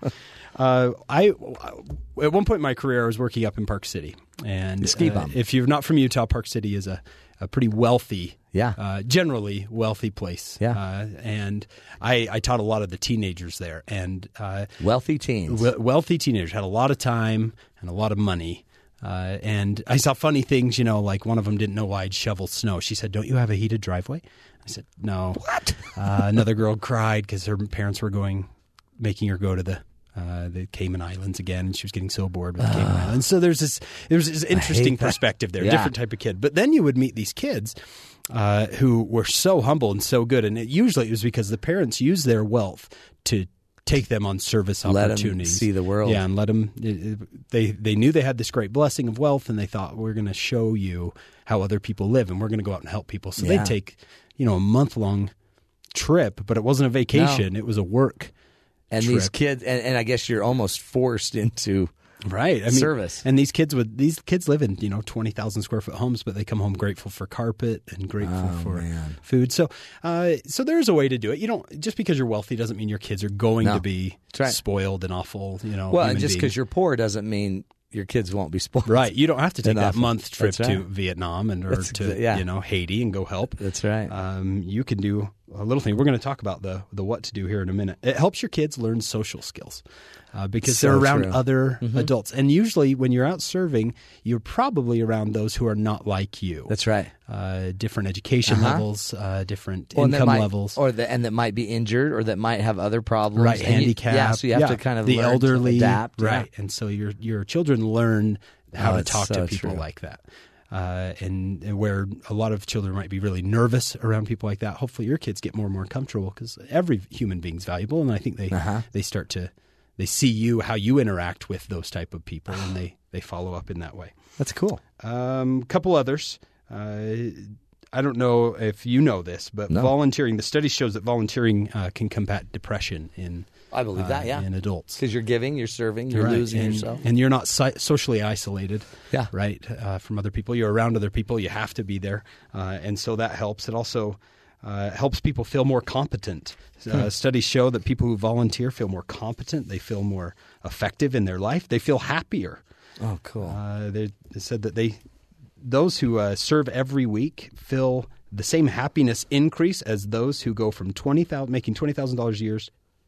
[SPEAKER 3] uh, I uh, at one point in my career, I was working up in Park City, and
[SPEAKER 2] Ski
[SPEAKER 3] uh,
[SPEAKER 2] bum.
[SPEAKER 3] if you're not from Utah, Park City is a, a pretty wealthy,
[SPEAKER 2] Yeah.
[SPEAKER 3] uh, generally wealthy place.
[SPEAKER 2] Yeah.
[SPEAKER 3] uh, and I, I taught a lot of the teenagers there, and uh,
[SPEAKER 2] Wealthy teens.
[SPEAKER 3] we- wealthy teenagers had a lot of time and a lot of money. Uh, and I saw funny things, you know, like one of them didn't know why I'd shovel snow. She said, "Don't you have a heated driveway?" I said, "No." What? uh, another girl cried because her parents were going, making her go to the. Uh, the Cayman Islands again, and she was getting so bored with the Cayman Islands. So there's this there's this interesting perspective there,
[SPEAKER 2] Yeah.
[SPEAKER 3] different type of kid. But then you would meet these kids uh, who were so humble and so good, and it, usually it was because the parents used their wealth to take them on service
[SPEAKER 2] Let 'em
[SPEAKER 3] opportunities.
[SPEAKER 2] see the world.
[SPEAKER 3] Yeah, and let them. uh, They they knew they had this great blessing of wealth, and they thought we're going to show you how other people live, and we're going to go out and help people. So
[SPEAKER 2] Yeah.
[SPEAKER 3] they take, you know, a month long trip, but it wasn't a vacation; it was a work.
[SPEAKER 2] and
[SPEAKER 3] trip.
[SPEAKER 2] these kids, and, and I guess you're almost forced into.
[SPEAKER 3] Right, I mean,
[SPEAKER 2] Service.
[SPEAKER 3] and these kids would these kids live in you know twenty thousand square foot homes, but they come home grateful for carpet and
[SPEAKER 2] Oh,
[SPEAKER 3] grateful for food. So, uh, so there's a way to do it. You don't just because you're wealthy doesn't mean your kids are going
[SPEAKER 2] No.
[SPEAKER 3] to be
[SPEAKER 2] That's right.
[SPEAKER 3] spoiled and awful. You know,
[SPEAKER 2] Well,
[SPEAKER 3] human
[SPEAKER 2] and just
[SPEAKER 3] beings.
[SPEAKER 2] because you're poor doesn't mean your kids won't be spoiled.
[SPEAKER 3] Right. You don't have to take
[SPEAKER 2] Enough.
[SPEAKER 3] that month trip
[SPEAKER 2] That's
[SPEAKER 3] to
[SPEAKER 2] right.
[SPEAKER 3] Vietnam and or
[SPEAKER 2] That's
[SPEAKER 3] to
[SPEAKER 2] exa- yeah.
[SPEAKER 3] you know Haiti and go help.
[SPEAKER 2] That's right.
[SPEAKER 3] Um, you can do a little thing. We're going to talk about the the what to do here in a minute. It helps your kids learn social skills uh, because
[SPEAKER 2] So
[SPEAKER 3] they're around
[SPEAKER 2] true. Mm-hmm.
[SPEAKER 3] other adults, and usually when you're out serving, you're probably around those who are not like you.
[SPEAKER 2] That's right.
[SPEAKER 3] uh, different education levels, uh, different
[SPEAKER 2] Well, and that
[SPEAKER 3] income
[SPEAKER 2] might-
[SPEAKER 3] levels.
[SPEAKER 2] or the, and that might be injured, or that might have other problems,
[SPEAKER 3] right
[SPEAKER 2] And you-
[SPEAKER 3] handicap
[SPEAKER 2] yeah, so you have to kind of
[SPEAKER 3] the
[SPEAKER 2] learn to
[SPEAKER 3] elderly
[SPEAKER 2] adapt,
[SPEAKER 3] right and so your your children learn how
[SPEAKER 2] Oh,
[SPEAKER 3] to
[SPEAKER 2] it's
[SPEAKER 3] talk
[SPEAKER 2] so
[SPEAKER 3] to people
[SPEAKER 2] true.
[SPEAKER 3] like that uh, and, and where a lot of children might be really nervous around people like that hopefully your kids get more and more comfortable because every human being's valuable and i think they
[SPEAKER 2] Uh-huh.
[SPEAKER 3] they start to they see you how you interact with those type of people and they they follow up in that way
[SPEAKER 2] That's cool.
[SPEAKER 3] um, couple others. Uh, I don't know if you know this, but volunteering. The study shows that volunteering uh, can combat depression in.
[SPEAKER 2] I believe that, yeah.
[SPEAKER 3] in adults.
[SPEAKER 2] Because you're giving, you're serving, you're
[SPEAKER 3] Uh, Right.
[SPEAKER 2] losing
[SPEAKER 3] and,
[SPEAKER 2] yourself.
[SPEAKER 3] and you're not si- socially isolated.
[SPEAKER 2] Yeah.
[SPEAKER 3] right. Uh, from other people, you're around other people. You have to be there, uh, and so that helps. It also. Uh, helps people feel more competent. Uh,
[SPEAKER 2] Hmm.
[SPEAKER 3] Studies show that people who volunteer feel more competent. They feel more effective in their life. They feel happier.
[SPEAKER 2] oh, cool.
[SPEAKER 3] Uh, they they said that they those who uh, serve every week feel the same happiness increase as those who go from twenty thousand making twenty thousand dollars a year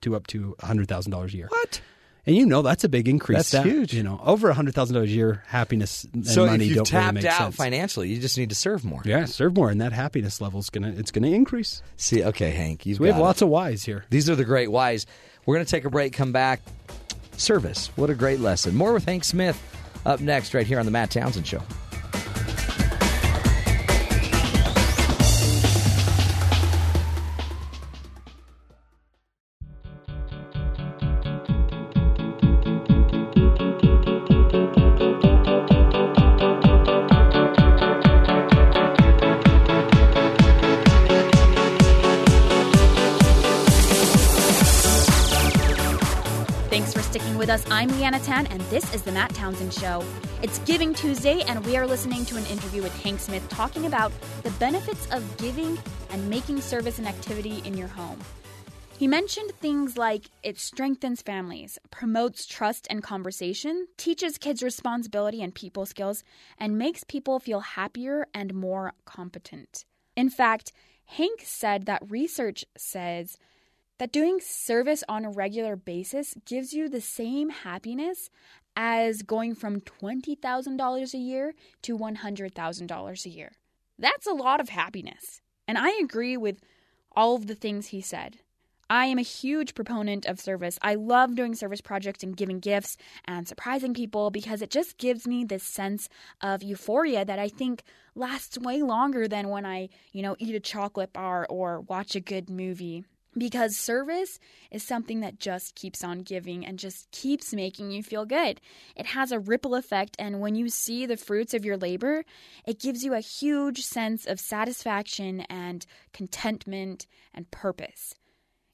[SPEAKER 3] to up to hundred thousand dollars a year. What? And you know that's a big increase.
[SPEAKER 2] That's
[SPEAKER 3] That,
[SPEAKER 2] huge.
[SPEAKER 3] You know, over hundred thousand dollars a year, happiness and
[SPEAKER 2] so
[SPEAKER 3] money
[SPEAKER 2] if you
[SPEAKER 3] don't
[SPEAKER 2] tapped
[SPEAKER 3] really make
[SPEAKER 2] out
[SPEAKER 3] sense.
[SPEAKER 2] financially, you just need to serve more.
[SPEAKER 3] yeah, serve more, and that happiness level's gonna it's gonna increase.
[SPEAKER 2] See, okay, Hank, you've
[SPEAKER 3] So we have
[SPEAKER 2] got it.
[SPEAKER 3] lots of whys here.
[SPEAKER 2] These are the great whys. We're going to take a break, come back. Service. What a great lesson. More with Hank Smith up next, right here on The Matt Townsend Show.
[SPEAKER 6] Thanks for sticking with us. I'm Leanna Tan, and this is The Matt Townsend Show. It's Giving Tuesday, and we are listening to an interview with Hank Smith talking about the benefits of giving and making service an activity in your home. He mentioned things like it strengthens families, promotes trust and conversation, teaches kids responsibility and people skills, and makes people feel happier and more competent. In fact, Hank said that research says that doing service on a regular basis gives you the same happiness as going from $20,000 a year to $100,000 a year. That's a lot of happiness. And I agree with all of the things he said. I am a huge proponent of service. I love doing service projects and giving gifts and surprising people because it just gives me this sense of euphoria that I think lasts way longer than when I, you know, eat a chocolate bar or watch a good movie. Because service is something that just keeps on giving and just keeps making you feel good. It has a ripple effect, and when you see the fruits of your labor, it gives you a huge sense of satisfaction and contentment and purpose.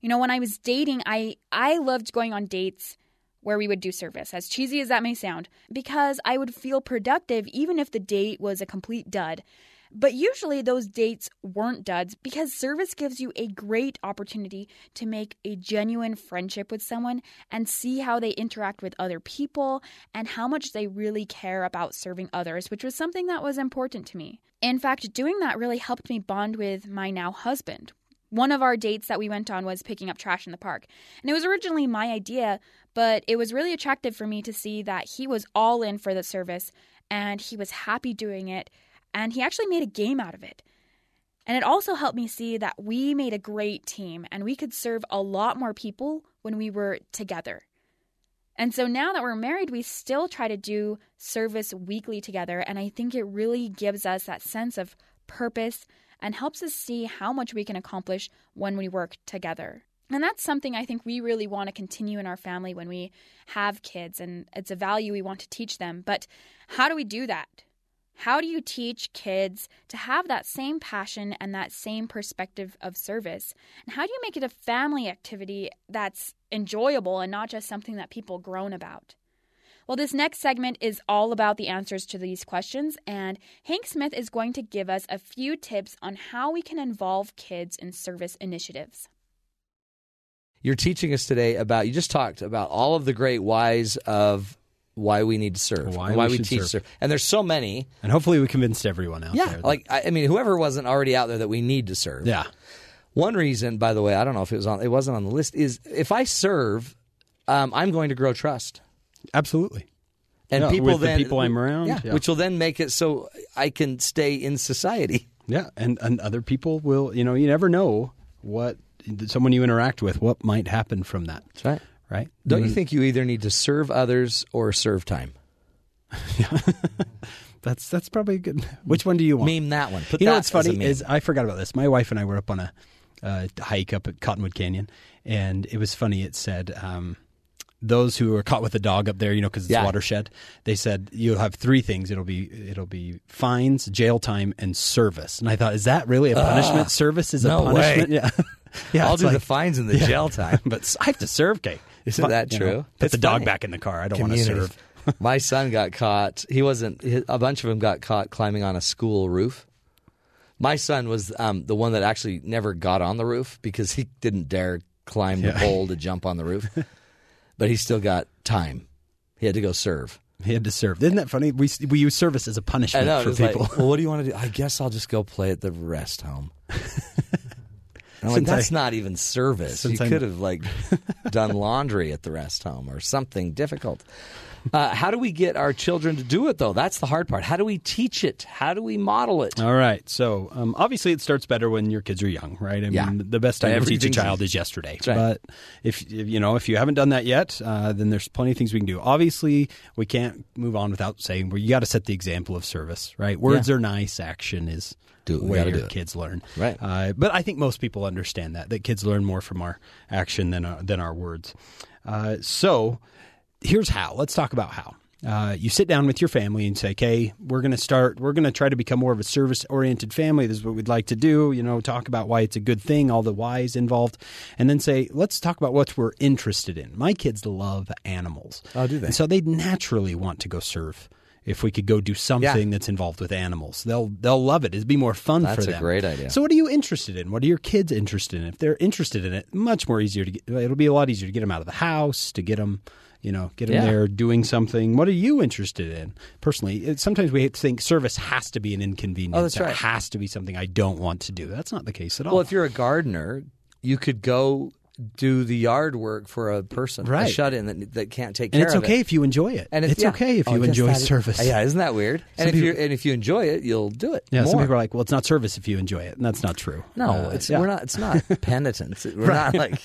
[SPEAKER 6] You know, when I was dating, I I loved going on dates where we would do service, as cheesy as that may sound, because I would feel productive even if the date was a complete dud. But usually those dates weren't duds because service gives you a great opportunity to make a genuine friendship with someone and see how they interact with other people and how much they really care about serving others, which was something that was important to me. In fact, doing that really helped me bond with my now husband, one of our dates that we went on was picking up trash in the park. And it was originally my idea, but it was really attractive for me to see that he was all in for the service and he was happy doing it. And he actually made a game out of it. And it also helped me see that we made a great team and we could serve a lot more people when we were together. And so now that we're married, we still try to do service weekly together. And I think it really gives us that sense of purpose and helps us see how much we can accomplish when we work together. And that's something I think we really want to continue in our family when we have kids, and it's a value we want to teach them. But how do we do that? How do you teach kids to have that same passion and that same perspective of service? And how do you make it a family activity that's enjoyable and not just something that people groan about? Well, this next segment is all about the answers to these questions, and Hank Smith is going to give us a few tips on how we can involve kids in service initiatives.
[SPEAKER 2] You're teaching us today about, you just talked about all of the great whys of why we need to serve,
[SPEAKER 3] Why
[SPEAKER 2] and
[SPEAKER 3] we should
[SPEAKER 2] teach
[SPEAKER 3] serve.
[SPEAKER 2] And there's so many.
[SPEAKER 3] And hopefully we convinced everyone out there.
[SPEAKER 2] Yeah.
[SPEAKER 3] that-
[SPEAKER 2] Like, I, I mean, whoever wasn't already out there that we need to serve.
[SPEAKER 3] yeah.
[SPEAKER 2] One reason, by the way, I don't know if it was on, it wasn't on the list, is if I serve, um, I'm going to grow trust.
[SPEAKER 3] Absolutely.
[SPEAKER 2] And
[SPEAKER 3] Yeah,
[SPEAKER 2] people
[SPEAKER 3] with the
[SPEAKER 2] then
[SPEAKER 3] people I'm around,
[SPEAKER 2] yeah,
[SPEAKER 3] yeah.
[SPEAKER 2] which will then make it so I can stay in society.
[SPEAKER 3] Yeah, and and other people will. You know, you never know what someone you interact with what might happen from that.
[SPEAKER 2] right.
[SPEAKER 3] Right? Mm-hmm.
[SPEAKER 2] Don't you think you either need to serve others or serve time?
[SPEAKER 3] That's that's probably a good. Which one do you want?
[SPEAKER 2] Meme that one. Put
[SPEAKER 3] you know
[SPEAKER 2] that
[SPEAKER 3] what's
[SPEAKER 2] as a
[SPEAKER 3] funny
[SPEAKER 2] meme.
[SPEAKER 3] is I forgot about this. My wife and I were up on a uh, hike up at Cottonwood Canyon, and it was funny. It said. Um, those who are caught with a dog up there, you know, because it's
[SPEAKER 2] Yeah.
[SPEAKER 3] watershed, they said you'll have three things. It'll be it'll be fines, jail time, and service. And I thought, is that really a punishment? service is
[SPEAKER 2] no
[SPEAKER 3] a punishment.
[SPEAKER 2] way.
[SPEAKER 3] Yeah, yeah.
[SPEAKER 2] I'll
[SPEAKER 3] it's
[SPEAKER 2] do the
[SPEAKER 3] like-
[SPEAKER 2] fines and the jail time.
[SPEAKER 3] but I have to serve cake.
[SPEAKER 2] Isn't
[SPEAKER 3] But,
[SPEAKER 2] that
[SPEAKER 3] you
[SPEAKER 2] true?
[SPEAKER 3] know, put
[SPEAKER 2] It's
[SPEAKER 3] the dog
[SPEAKER 2] funny.
[SPEAKER 3] back in the car. I don't want to
[SPEAKER 2] Community.
[SPEAKER 3] serve.
[SPEAKER 2] My son got caught. He wasn't. hi- A bunch of them got caught climbing on a school roof. My son was um, the one that actually never got on the roof because he didn't dare climb the pole to jump on the roof. but he still got time. He had to go serve.
[SPEAKER 3] He had to serve. Isn't that funny? We we use service as a
[SPEAKER 2] I
[SPEAKER 3] punishment
[SPEAKER 2] know. it
[SPEAKER 3] for
[SPEAKER 2] was
[SPEAKER 3] people.
[SPEAKER 2] Like, well, what do you want to do? I guess I'll just go play at the rest home. And I'm like,
[SPEAKER 3] Since I-
[SPEAKER 2] that's not even service. You
[SPEAKER 3] Since I'm-
[SPEAKER 2] could have like done laundry at the rest home or something difficult. Uh, how do we get our children to do it though? That's the hard part. How do we teach it? How do we model it?
[SPEAKER 3] All right. So um, obviously, it starts better when your kids are young, right? I
[SPEAKER 2] Yeah.
[SPEAKER 3] mean, the best time to teach a
[SPEAKER 2] Everything's-
[SPEAKER 3] child is yesterday.
[SPEAKER 2] right.
[SPEAKER 3] But if if, you know if you haven't done that yet, uh, then there's plenty of things we can do. Obviously, we can't move on without saying well, you got to set the example of service, right? Words are nice. Action is
[SPEAKER 2] Do it. We
[SPEAKER 3] where
[SPEAKER 2] gotta
[SPEAKER 3] your
[SPEAKER 2] do it.
[SPEAKER 3] kids learn,
[SPEAKER 2] Right.
[SPEAKER 3] Uh, but I think most people understand that that kids learn more from our Uh, action than our, than our words. Uh, so here's how. Let's talk about how. Uh, you sit down with your family and say, "Okay, we're going to start. We're going to try to become more of a service-oriented family. This is what we'd like to do. You know, talk about why it's a good thing, all the whys involved, and then say, let's talk about what we're interested in. My kids love animals.
[SPEAKER 2] Oh, do they?
[SPEAKER 3] And so they naturally want to go serve. If we could go do something that's involved with animals, they'll they'll love it. It'd be more fun
[SPEAKER 2] That's
[SPEAKER 3] for
[SPEAKER 2] a
[SPEAKER 3] them.
[SPEAKER 2] great idea.
[SPEAKER 3] So, what are you interested in? What are your kids interested in? If they're interested in it, much more easier to get. It'll be a lot easier to get them out of the house, to get them, you know, get them
[SPEAKER 2] Yeah.
[SPEAKER 3] there doing something. What are you interested in personally? It, sometimes we think service has to be an inconvenience.
[SPEAKER 2] Oh, that's
[SPEAKER 3] It
[SPEAKER 2] right.
[SPEAKER 3] has to be something I don't want to do. That's not the case at all.
[SPEAKER 2] Well, if you're a gardener, you could go do the yard work for a person,
[SPEAKER 3] Right.
[SPEAKER 2] a shut-in that, that can't take
[SPEAKER 3] and
[SPEAKER 2] care
[SPEAKER 3] it's
[SPEAKER 2] of it.
[SPEAKER 3] okay if you enjoy it.
[SPEAKER 2] And
[SPEAKER 3] it's
[SPEAKER 2] yeah.
[SPEAKER 3] okay if
[SPEAKER 2] Oh,
[SPEAKER 3] you
[SPEAKER 2] I guess
[SPEAKER 3] enjoy
[SPEAKER 2] that is-
[SPEAKER 3] service.
[SPEAKER 2] yeah, isn't that weird?
[SPEAKER 3] Some
[SPEAKER 2] And if
[SPEAKER 3] people-
[SPEAKER 2] you and if you enjoy it, you'll do it.
[SPEAKER 3] Yeah,
[SPEAKER 2] more.
[SPEAKER 3] some people are like, "Well, it's not service if you enjoy it," and that's not true.
[SPEAKER 2] no,
[SPEAKER 3] Uh,
[SPEAKER 2] it's
[SPEAKER 3] yeah.
[SPEAKER 2] we're not. It's not penitence. We're not like,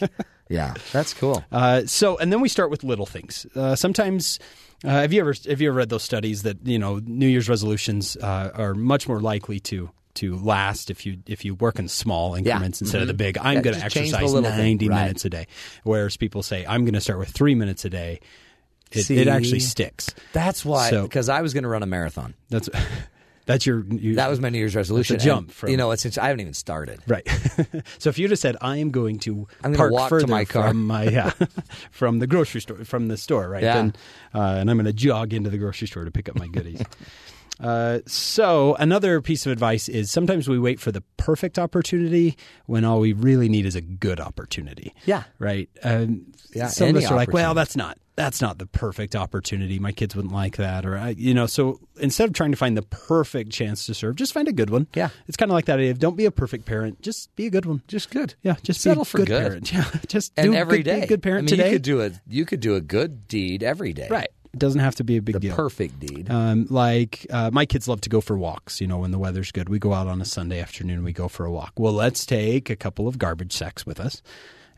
[SPEAKER 2] yeah, that's cool.
[SPEAKER 3] Uh, so, and then we start with little things. Uh, sometimes, uh, have you ever have you ever read those studies that you know New Year's resolutions uh, are much more likely to to last if you if you work in small increments instead of the big. I'm
[SPEAKER 2] Mm-hmm. Yeah,
[SPEAKER 3] going to
[SPEAKER 2] just change the
[SPEAKER 3] exercise
[SPEAKER 2] little thing.
[SPEAKER 3] 90
[SPEAKER 2] Right.
[SPEAKER 3] minutes a day, whereas people say I'm going to start with three minutes a day. It,
[SPEAKER 2] See?
[SPEAKER 3] it actually sticks.
[SPEAKER 2] That's why
[SPEAKER 3] So-
[SPEAKER 2] because I was going to run a marathon.
[SPEAKER 3] That's that's your, you-
[SPEAKER 2] That was my New Year's resolution. and,
[SPEAKER 3] jump from-
[SPEAKER 2] you know, it's, it's I haven't even started.
[SPEAKER 3] Right. so if you'd have said, "I am going to
[SPEAKER 2] I'm gonna
[SPEAKER 3] park
[SPEAKER 2] walk to
[SPEAKER 3] further
[SPEAKER 2] my car."
[SPEAKER 3] from my yeah, from the grocery store from the store, right?
[SPEAKER 2] Yeah.
[SPEAKER 3] Then, uh, and I'm going to jog into the grocery store to pick up my goodies. Uh, so another piece of advice is sometimes we wait for the perfect opportunity when all we really need is a good opportunity.
[SPEAKER 2] Yeah.
[SPEAKER 3] Right. Um,
[SPEAKER 2] Yeah,
[SPEAKER 3] Some of
[SPEAKER 2] any
[SPEAKER 3] us are like, well,
[SPEAKER 2] opportunity.
[SPEAKER 3] that's not that's not the perfect opportunity. My kids wouldn't like that, or I, you know. So instead of trying to find the perfect chance to serve, just find a good one.
[SPEAKER 2] Yeah.
[SPEAKER 3] It's kind of like that idea of don't be a perfect parent, just be a good one.
[SPEAKER 2] Just good.
[SPEAKER 3] Yeah, just
[SPEAKER 2] Settle
[SPEAKER 3] be a
[SPEAKER 2] for
[SPEAKER 3] good,
[SPEAKER 2] good.
[SPEAKER 3] parent. Yeah, just
[SPEAKER 2] And
[SPEAKER 3] do
[SPEAKER 2] every
[SPEAKER 3] good, be
[SPEAKER 2] day,
[SPEAKER 3] a good parent
[SPEAKER 2] I mean,
[SPEAKER 3] today.
[SPEAKER 2] You could do a you could do a good deed every day.
[SPEAKER 3] right. It doesn't have to be a big
[SPEAKER 2] the
[SPEAKER 3] deal.
[SPEAKER 2] perfect deed.
[SPEAKER 3] Um, like uh, my kids love to go for walks. You know, when the weather's good, we go out on a Sunday afternoon. We go for a walk. Well, let's take a couple of garbage sacks with us,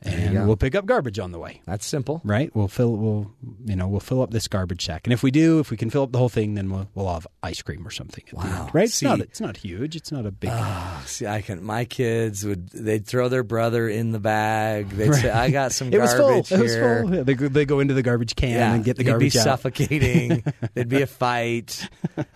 [SPEAKER 3] and we'll pick up garbage on the way.
[SPEAKER 2] That's simple.
[SPEAKER 3] Right? We'll fill. We'll you know we'll fill up this garbage sack, and if we do, if we can fill up the whole thing, then we'll we'll have ice cream or something. At the
[SPEAKER 2] Wow.
[SPEAKER 3] end, right? It's
[SPEAKER 2] See-
[SPEAKER 3] not. It's not huge. It's not a big.
[SPEAKER 2] See, I can. My kids would. They'd throw their brother in the bag. They'd say, "I got some
[SPEAKER 3] it was full.
[SPEAKER 2] garbage
[SPEAKER 3] It was
[SPEAKER 2] here."
[SPEAKER 3] full. Yeah, They go, they go into the garbage can
[SPEAKER 2] Yeah,
[SPEAKER 3] and get the
[SPEAKER 2] it'd be
[SPEAKER 3] garbage out.
[SPEAKER 2] suffocating. There'd be a fight.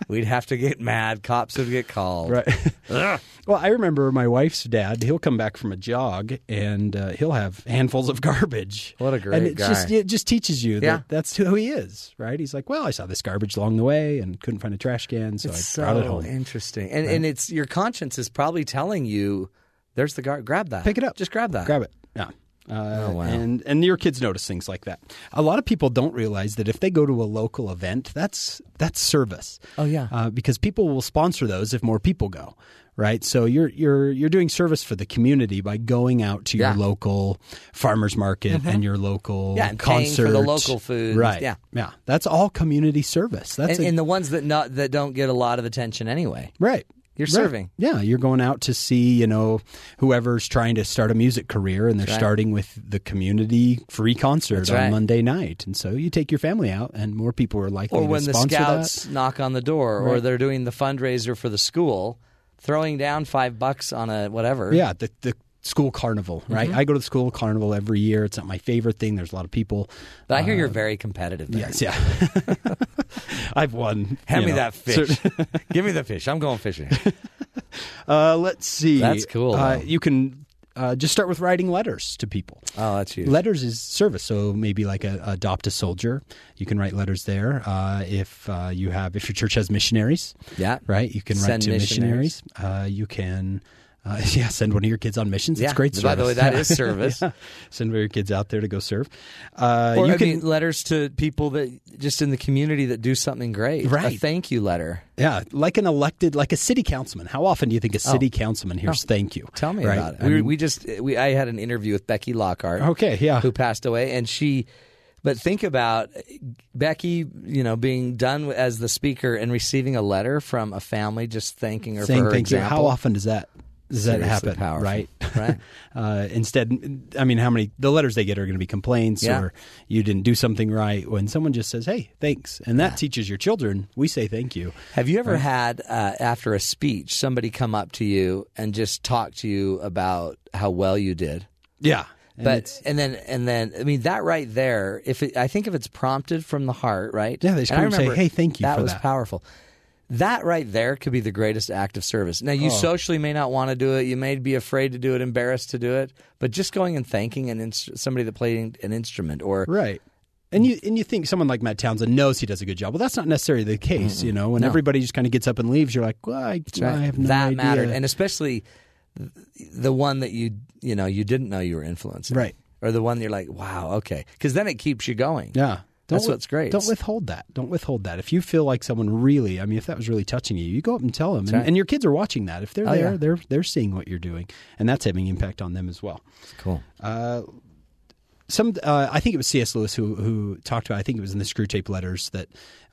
[SPEAKER 2] We'd have to get mad. Cops would get called.
[SPEAKER 3] Right. well, I remember my wife's dad. He'll come back from a jog and uh, he'll have handfuls of garbage.
[SPEAKER 2] What a
[SPEAKER 3] and
[SPEAKER 2] great
[SPEAKER 3] it Just,
[SPEAKER 2] guy.
[SPEAKER 3] it just teaches you
[SPEAKER 2] Yeah.
[SPEAKER 3] that that's who he is, right? He's like, well, I saw this garbage along the way and couldn't find a trash can, so
[SPEAKER 2] It's
[SPEAKER 3] I brought it
[SPEAKER 2] so
[SPEAKER 3] home.
[SPEAKER 2] interesting, and and it's your conscience is probably telling you, "There's the gar- grab that,
[SPEAKER 3] Pick it up.
[SPEAKER 2] just grab that, Oh,
[SPEAKER 3] Grab it. Yeah. Uh,
[SPEAKER 2] wow.
[SPEAKER 3] And and your kids notice things like that. A lot of people don't realize that if they go to a local event, that's that's service.
[SPEAKER 2] Oh, yeah.
[SPEAKER 3] uh, because people will sponsor those if more people go, right? So you're you're you're doing service for the community by going out to
[SPEAKER 2] Yeah. Mm-hmm.
[SPEAKER 3] your local farmers market and your local
[SPEAKER 2] Yeah, and paying
[SPEAKER 3] concert
[SPEAKER 2] for the local food.
[SPEAKER 3] right?
[SPEAKER 2] Yeah.
[SPEAKER 3] yeah, that's all community service. That's
[SPEAKER 2] And,
[SPEAKER 3] a-
[SPEAKER 2] and the ones that not that don't get a lot of attention anyway.
[SPEAKER 3] Right.
[SPEAKER 2] You're
[SPEAKER 3] Right.
[SPEAKER 2] serving.
[SPEAKER 3] Yeah, you're going out to see, you know, whoever's trying to start a music career and they're
[SPEAKER 2] right.
[SPEAKER 3] starting with the community free concert
[SPEAKER 2] That's
[SPEAKER 3] on
[SPEAKER 2] right.
[SPEAKER 3] Monday night. And so you take your family out and more people are likely
[SPEAKER 2] Or
[SPEAKER 3] to
[SPEAKER 2] when the
[SPEAKER 3] sponsor
[SPEAKER 2] scouts knock on the door, or
[SPEAKER 3] Right.
[SPEAKER 2] they're doing the fundraiser for the school, throwing down five bucks on a whatever.
[SPEAKER 3] that. Yeah, the the school carnival, right?
[SPEAKER 2] Mm-hmm.
[SPEAKER 3] I go to the school carnival every year. It's not my favorite thing. There's a lot of people.
[SPEAKER 2] But I hear you're very competitive. There.
[SPEAKER 3] Yes, yeah. I've won.
[SPEAKER 2] Hand
[SPEAKER 3] you
[SPEAKER 2] me
[SPEAKER 3] know.
[SPEAKER 2] that fish. Give me the fish. I'm going fishing.
[SPEAKER 3] Uh, let's see.
[SPEAKER 2] That's cool,
[SPEAKER 3] Uh,
[SPEAKER 2] though.
[SPEAKER 3] you can uh, just start with writing letters to people.
[SPEAKER 2] Oh, that's huge.
[SPEAKER 3] Letters is service, so maybe like a, adopt a soldier. You can write letters there. Uh, if uh, you have, if your church has missionaries,
[SPEAKER 2] Yeah.
[SPEAKER 3] right, you can write
[SPEAKER 2] Send
[SPEAKER 3] to missionaries. Uh, you can, uh, yeah, send one of your kids on missions. It's
[SPEAKER 2] Yeah.
[SPEAKER 3] great.
[SPEAKER 2] By the way, that
[SPEAKER 3] service.
[SPEAKER 2] is service.
[SPEAKER 3] Yeah. Send one of your kids out there to go serve. Uh,
[SPEAKER 2] Or
[SPEAKER 3] you
[SPEAKER 2] I
[SPEAKER 3] can,
[SPEAKER 2] mean, letters to people that just in the community that do something great. A
[SPEAKER 3] Right.
[SPEAKER 2] thank you letter.
[SPEAKER 3] yeah, like an elected, like a city councilman. How often do you think a city councilman hears "thank you"?
[SPEAKER 2] Oh. Tell me
[SPEAKER 3] right?
[SPEAKER 2] about it.
[SPEAKER 3] I
[SPEAKER 2] We,
[SPEAKER 3] mean,
[SPEAKER 2] we just we I had an interview with Becky Lockhart.
[SPEAKER 3] Okay, yeah.
[SPEAKER 2] who passed away, and she. But think about Becky, you know, being done as the speaker and receiving a letter from a family just thanking her
[SPEAKER 3] saying
[SPEAKER 2] for her
[SPEAKER 3] thank
[SPEAKER 2] example.
[SPEAKER 3] you. How often does that does that
[SPEAKER 2] Seriously
[SPEAKER 3] happen?
[SPEAKER 2] powerful.
[SPEAKER 3] Right.
[SPEAKER 2] Right.
[SPEAKER 3] uh, instead, I mean, how many the letters they get are going to be complaints
[SPEAKER 2] Yeah.
[SPEAKER 3] or you didn't do something right. When someone just says, "Hey, thanks," and that teaches your children, we say thank you.
[SPEAKER 2] Have you ever had uh, after a speech somebody come up to you and just talk to you about how well you did?
[SPEAKER 3] Yeah. And
[SPEAKER 2] but
[SPEAKER 3] it's-
[SPEAKER 2] and then and then I mean that right there. If it, I think if it's prompted from the heart, right?
[SPEAKER 3] Yeah, they just
[SPEAKER 2] And I
[SPEAKER 3] come and say,
[SPEAKER 2] remember
[SPEAKER 3] "Hey, thank you
[SPEAKER 2] That
[SPEAKER 3] for
[SPEAKER 2] was
[SPEAKER 3] that."
[SPEAKER 2] powerful. That right there could be the greatest act of service. Now you
[SPEAKER 3] Oh.
[SPEAKER 2] socially may not want to do it. You may be afraid to do it, embarrassed to do it. But just going and thanking an inst- somebody that played an instrument or
[SPEAKER 3] Right. And you and you think someone like Matt Townsend knows he does a good job. Well, that's not necessarily the case, you know. When
[SPEAKER 2] No.
[SPEAKER 3] everybody just kind of gets up and leaves, you're like, well, I,
[SPEAKER 2] That's right.
[SPEAKER 3] I have no
[SPEAKER 2] that
[SPEAKER 3] idea.
[SPEAKER 2] mattered, and especially th- the one that you you know you didn't know you were influencing,
[SPEAKER 3] Right.
[SPEAKER 2] Or the one that you're like, wow, okay, because then it keeps you going.
[SPEAKER 3] yeah,
[SPEAKER 2] That's
[SPEAKER 3] wi-
[SPEAKER 2] what's great.
[SPEAKER 3] Don't withhold that. Don't withhold that. If you feel like someone really, I mean, if that was really touching you, you go up and tell them. And,
[SPEAKER 2] right.
[SPEAKER 3] and your kids are watching that. If they're
[SPEAKER 2] Oh,
[SPEAKER 3] there,
[SPEAKER 2] yeah.
[SPEAKER 3] they're they're seeing what you're doing, and that's having impact on them as well.
[SPEAKER 2] Cool.
[SPEAKER 3] some uh, I think it was C.S. Lewis who who talked about. I think it was in the Screwtape Letters that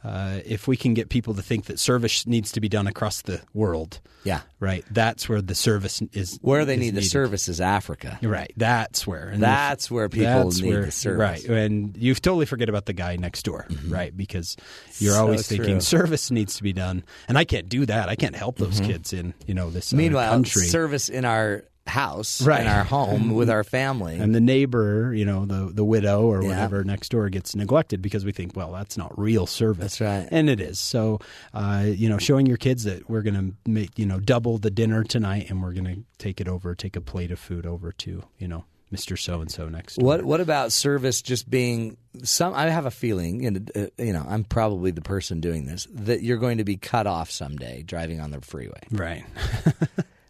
[SPEAKER 3] uh, if we can get people to think that service needs to be done across the world,
[SPEAKER 2] Yeah.
[SPEAKER 3] right, that's where the service is.
[SPEAKER 2] Where they
[SPEAKER 3] is
[SPEAKER 2] need the
[SPEAKER 3] needed.
[SPEAKER 2] service is Africa.
[SPEAKER 3] right? That's where. And
[SPEAKER 2] That's where people
[SPEAKER 3] that's
[SPEAKER 2] need the service. Mm-hmm.
[SPEAKER 3] right? And you totally forget about the guy next door, right? Because you're
[SPEAKER 2] So
[SPEAKER 3] always
[SPEAKER 2] true.
[SPEAKER 3] thinking service needs to be done, and I can't do that. I can't help those kids in you know this other
[SPEAKER 2] Mm-hmm. Meanwhile,
[SPEAKER 3] country.
[SPEAKER 2] service in our house,
[SPEAKER 3] Right.
[SPEAKER 2] in our home with our family.
[SPEAKER 3] and the neighbor, you know, the the widow or
[SPEAKER 2] Yeah.
[SPEAKER 3] whatever next door gets neglected because we think, well, that's not real service.
[SPEAKER 2] That's right.
[SPEAKER 3] and it is. So, uh, you know, showing your kids that we're going to make you know double the dinner tonight, and we're going to take it over, take a plate of food over to you know Mister So and So next.
[SPEAKER 2] What
[SPEAKER 3] door.
[SPEAKER 2] What about service just being some? I have a feeling, and uh, you know, I'm probably the person doing this that you're going to be cut off someday driving on the freeway.
[SPEAKER 3] Right.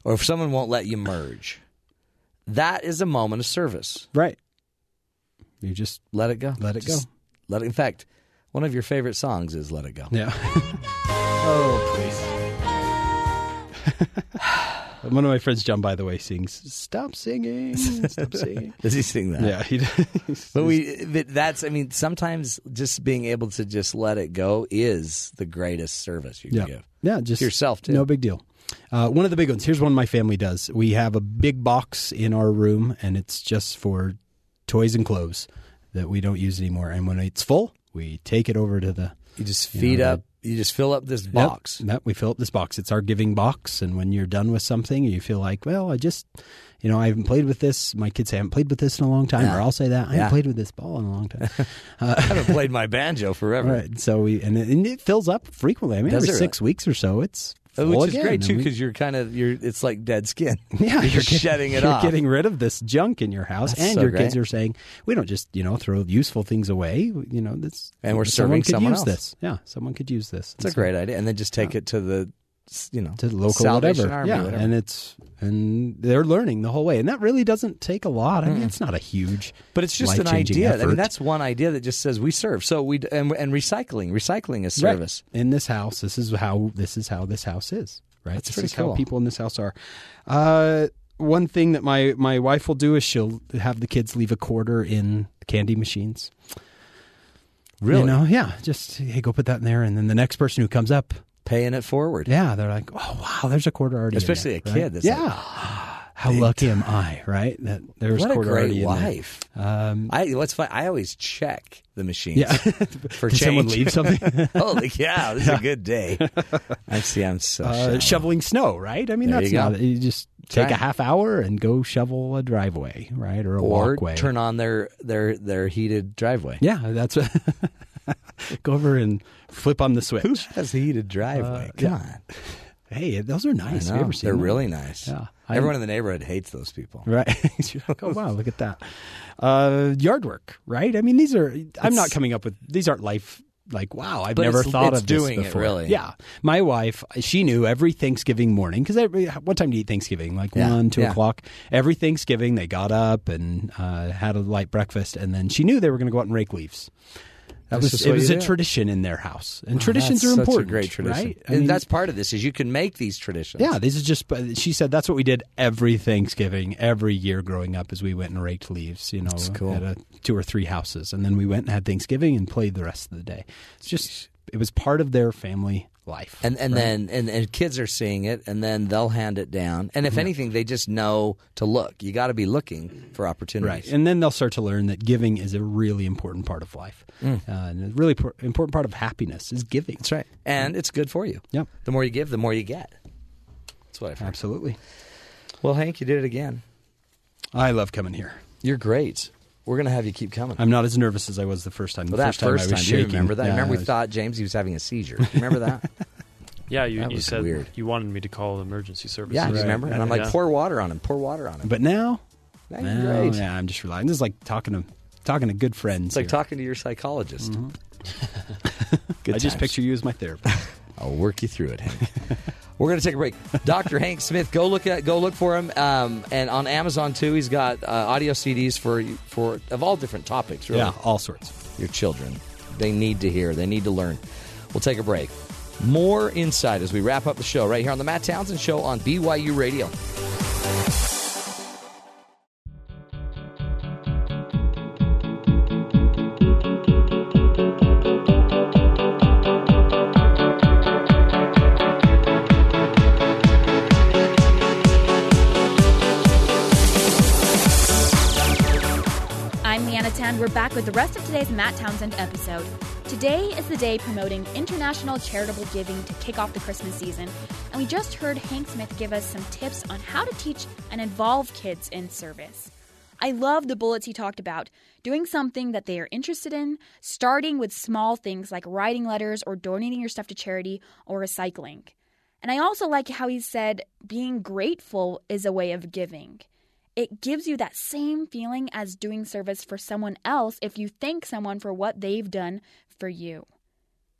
[SPEAKER 2] or if someone won't let you merge, that is a moment of service.
[SPEAKER 3] Right. You just
[SPEAKER 2] Let it go.
[SPEAKER 3] Let it go.
[SPEAKER 2] Just Let it. In fact, one of your favorite songs is "Let It Go."
[SPEAKER 3] yeah. oh please. One of my friends, John, by the way, sings "Stop singing, stop singing."
[SPEAKER 2] Does he sing that?
[SPEAKER 3] yeah, he.
[SPEAKER 2] But we. But that's. I mean, sometimes just being able to just let it go is the greatest service you can
[SPEAKER 3] Yeah.
[SPEAKER 2] give.
[SPEAKER 3] Yeah, just
[SPEAKER 2] yourself, too.
[SPEAKER 3] No big deal. Uh, one of the big ones. Here's one my family does. We have a big box in our room, and it's just for toys and clothes that we don't use anymore. And when it's full, we take it over to the
[SPEAKER 2] You just
[SPEAKER 3] You
[SPEAKER 2] feed
[SPEAKER 3] know,
[SPEAKER 2] up. You just fill up this
[SPEAKER 3] Yep,
[SPEAKER 2] box.
[SPEAKER 3] Yep, we fill up this box. It's our giving box. And when you're done with something, you feel like, well, I just, you know, I haven't played with this. My kids say, I haven't played with this in a long time.
[SPEAKER 2] Yeah.
[SPEAKER 3] Or I'll say that I
[SPEAKER 2] Yeah.
[SPEAKER 3] haven't played with this ball in a long time.
[SPEAKER 2] I haven't played my banjo forever.
[SPEAKER 3] right. So we and it, and it fills up frequently. I mean,
[SPEAKER 2] Does
[SPEAKER 3] every
[SPEAKER 2] it
[SPEAKER 3] six weeks or so, it's
[SPEAKER 2] Uh,
[SPEAKER 3] full
[SPEAKER 2] Which is
[SPEAKER 3] again.
[SPEAKER 2] great too,
[SPEAKER 3] And we-
[SPEAKER 2] because you're kind of you're. It's like dead skin.
[SPEAKER 3] Yeah,
[SPEAKER 2] you're,
[SPEAKER 3] get-
[SPEAKER 2] shedding it
[SPEAKER 3] you're
[SPEAKER 2] off.
[SPEAKER 3] getting rid of this junk in your house,
[SPEAKER 2] That's
[SPEAKER 3] and
[SPEAKER 2] so
[SPEAKER 3] your kids
[SPEAKER 2] great.
[SPEAKER 3] are saying, "We don't just you know throw useful things away. You know this,
[SPEAKER 2] And we're serving
[SPEAKER 3] someone could
[SPEAKER 2] someone
[SPEAKER 3] use
[SPEAKER 2] else.
[SPEAKER 3] this. Yeah, someone could use this.
[SPEAKER 2] It's a great idea, and then just take it to the, s- you know,
[SPEAKER 3] to the local
[SPEAKER 2] Salvation
[SPEAKER 3] whatever.
[SPEAKER 2] Army,
[SPEAKER 3] yeah,
[SPEAKER 2] whatever.
[SPEAKER 3] and it's and they're learning the whole way, and that really doesn't take a lot. I mean,
[SPEAKER 2] Mm.
[SPEAKER 3] it's not a huge,
[SPEAKER 2] But it's just an
[SPEAKER 3] life-changing
[SPEAKER 2] idea. I mean,
[SPEAKER 3] effort.
[SPEAKER 2] that's one idea that just says we serve. So we d- and, and recycling, recycling is
[SPEAKER 3] Right.
[SPEAKER 2] service.
[SPEAKER 3] in this house. This is how this is how this house is. Right.
[SPEAKER 2] That's
[SPEAKER 3] this
[SPEAKER 2] pretty
[SPEAKER 3] is
[SPEAKER 2] cool.
[SPEAKER 3] how people in this house are. Uh, one thing that my my wife will do is she'll have the kids leave a quarter in candy machines.
[SPEAKER 2] Really,
[SPEAKER 3] You know, yeah. Just hey, go put that in there, and then the next person who comes up,
[SPEAKER 2] paying it forward.
[SPEAKER 3] yeah, they're like, oh wow, there's a quarter already. in there,"
[SPEAKER 2] Especially a
[SPEAKER 3] right?
[SPEAKER 2] kid that's
[SPEAKER 3] yeah. How lucky am I, right? That there's
[SPEAKER 2] What a
[SPEAKER 3] quarter
[SPEAKER 2] great
[SPEAKER 3] already in there.
[SPEAKER 2] life.
[SPEAKER 3] Um,
[SPEAKER 2] I what's fun? I always check the machines.
[SPEAKER 3] yeah.
[SPEAKER 2] For
[SPEAKER 3] Did someone
[SPEAKER 2] change.
[SPEAKER 3] leave something?
[SPEAKER 2] Holy cow! This is a good day. I see. I'm so
[SPEAKER 3] uh,
[SPEAKER 2] shallow.
[SPEAKER 3] shoveling snow, right? I mean,
[SPEAKER 2] There
[SPEAKER 3] that's
[SPEAKER 2] you go.
[SPEAKER 3] not. You just take
[SPEAKER 2] right.
[SPEAKER 3] a half hour and go shovel a driveway, right, or a
[SPEAKER 2] or
[SPEAKER 3] walkway.
[SPEAKER 2] turn on their their their heated driveway.
[SPEAKER 3] yeah, that's what. go over and flip on the switch.
[SPEAKER 2] Who has a heated driveway?
[SPEAKER 3] Uh,
[SPEAKER 2] Come
[SPEAKER 3] yeah.
[SPEAKER 2] on.
[SPEAKER 3] Hey, those are
[SPEAKER 2] I
[SPEAKER 3] nice. Have
[SPEAKER 2] know.
[SPEAKER 3] you ever seen
[SPEAKER 2] They're
[SPEAKER 3] them?
[SPEAKER 2] really nice.
[SPEAKER 3] Yeah. I-
[SPEAKER 2] Everyone in the neighborhood hates those people.
[SPEAKER 3] Right. You're like, oh wow, look at that. Uh, yard work, right? I mean, these are. I'm not coming up with these. Aren't life like wow? I've
[SPEAKER 2] But
[SPEAKER 3] never
[SPEAKER 2] it's-
[SPEAKER 3] thought
[SPEAKER 2] it's
[SPEAKER 3] of this
[SPEAKER 2] doing it,
[SPEAKER 3] before.
[SPEAKER 2] really.
[SPEAKER 3] Yeah, my wife, she knew every Thanksgiving morning because what time do you eat Thanksgiving? Like
[SPEAKER 2] Yeah,
[SPEAKER 3] one, two
[SPEAKER 2] yeah.
[SPEAKER 3] o'clock. Every Thanksgiving, they got up and uh, had a light breakfast, and then she knew they were going to go out and rake leaves. That
[SPEAKER 2] That's
[SPEAKER 3] was
[SPEAKER 2] just
[SPEAKER 3] it
[SPEAKER 2] what
[SPEAKER 3] was
[SPEAKER 2] you
[SPEAKER 3] a
[SPEAKER 2] do.
[SPEAKER 3] tradition in their house, and traditions
[SPEAKER 2] That's
[SPEAKER 3] are
[SPEAKER 2] such
[SPEAKER 3] important.
[SPEAKER 2] A great tradition.
[SPEAKER 3] right? I
[SPEAKER 2] and
[SPEAKER 3] mean,
[SPEAKER 2] that's part of this is you can make these traditions.
[SPEAKER 3] yeah, this is just. but She said that's what we did every Thanksgiving, every year growing up, as we went and raked leaves. You know,
[SPEAKER 2] cool.
[SPEAKER 3] at a, two or three houses, and then we went and had Thanksgiving and played the rest of the day. It's just it was part of their family life.
[SPEAKER 2] and and then and, and kids are seeing it, and then they'll hand it down. And if anything, they just know to look. You got to be looking for
[SPEAKER 3] Right,
[SPEAKER 2] opportunities.
[SPEAKER 3] and then they'll start to learn that giving is a really important part of life,
[SPEAKER 2] Mm.
[SPEAKER 3] uh, and a really por- important part of happiness is giving. That's right.
[SPEAKER 2] and it's good for you.
[SPEAKER 3] Yep.
[SPEAKER 2] The more you give, the more you get. That's what I've heard.
[SPEAKER 3] Absolutely.
[SPEAKER 2] Well, Hank, you did it again.
[SPEAKER 3] I love coming here.
[SPEAKER 2] You're great. We're going to have you keep coming.
[SPEAKER 3] I'm not as nervous as I was the first time.
[SPEAKER 2] well,
[SPEAKER 3] The
[SPEAKER 2] that
[SPEAKER 3] first time I was
[SPEAKER 2] you
[SPEAKER 3] shaking.
[SPEAKER 2] remember that?
[SPEAKER 3] Yeah,
[SPEAKER 2] remember
[SPEAKER 3] I
[SPEAKER 2] we
[SPEAKER 3] was-
[SPEAKER 2] thought James he was having a seizure. You remember that?
[SPEAKER 9] Yeah, you,
[SPEAKER 2] That
[SPEAKER 9] you
[SPEAKER 2] was
[SPEAKER 9] said
[SPEAKER 2] weird.
[SPEAKER 9] you wanted me to call emergency services.
[SPEAKER 2] yeah,
[SPEAKER 3] Right.
[SPEAKER 2] you remember? And I'm like,
[SPEAKER 9] Yeah.
[SPEAKER 2] pour water on him. Pour water on him.
[SPEAKER 3] But now,
[SPEAKER 2] Now you're
[SPEAKER 3] now,
[SPEAKER 2] great.
[SPEAKER 3] yeah, I'm just relying. This is like talking to talking to good friends.
[SPEAKER 2] It's like
[SPEAKER 3] here.
[SPEAKER 2] talking to your psychologist.
[SPEAKER 3] Mm-hmm. I just picture you as my therapist.
[SPEAKER 2] I'll work you through it. Hank. We're going to take a break. Dr. Hank Smith, go look at go look for him, um, and on Amazon too. He's got uh, audio CDs for for of all different topics. Really,
[SPEAKER 3] yeah, all sorts.
[SPEAKER 2] your children, they need to hear, they need to learn. We'll take a break. More insight as we wrap up the show right here on the Matt Townsend Show on BYU Radio.
[SPEAKER 6] I'm Leanna Tan. We're back with the rest of today's Matt Townsend episode. Today is the day promoting international charitable giving to kick off the Christmas season, and we just heard Hank Smith give us some tips on how to teach and involve kids in service. I love the bullets he talked about doing something that they are interested in, starting with small things like writing letters or donating your stuff to charity or recycling. And I also like how he said being grateful is a way of giving it gives you that same feeling as doing service for someone else if you thank someone for what they've done for you.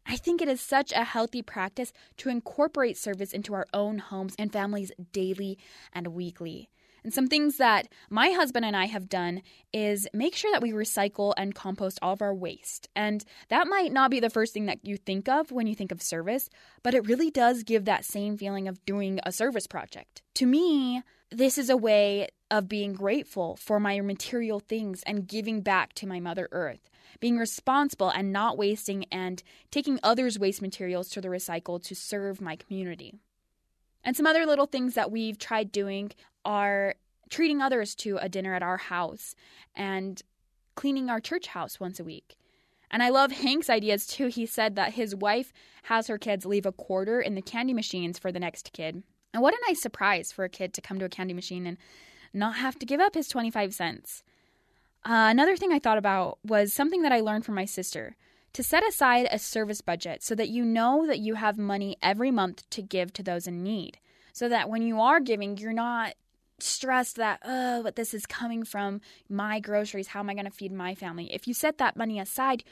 [SPEAKER 6] I think it is such a healthy practice to incorporate service into our own homes and families daily and weekly. And some things that my husband and I have done is make sure that we recycle and compost all of our waste. And that might not be the first thing that you think of when you think of service, but it really does give that same feeling of doing a service project. To me, this is a way of being grateful for my material things and giving back to my Mother Earth being responsible and not wasting and taking others' waste materials to the recycle to serve my community. And some other little things that we've tried doing are treating others to a dinner at our house and cleaning our church house once a week. And I love Hank's ideas too. He said that his wife has her kids leave a quarter in the candy machines for the next kid. And what a nice surprise for a kid to come to a candy machine and not have to give up his 25 cents. Uh, another thing I thought about was something that I learned from my sister to set aside a service budget so that you know that you have money every month to give to those in need. So that when you are giving, you're not stressed that, oh, but this is coming from my groceries. How am I going to feed my family? If you set that money aside,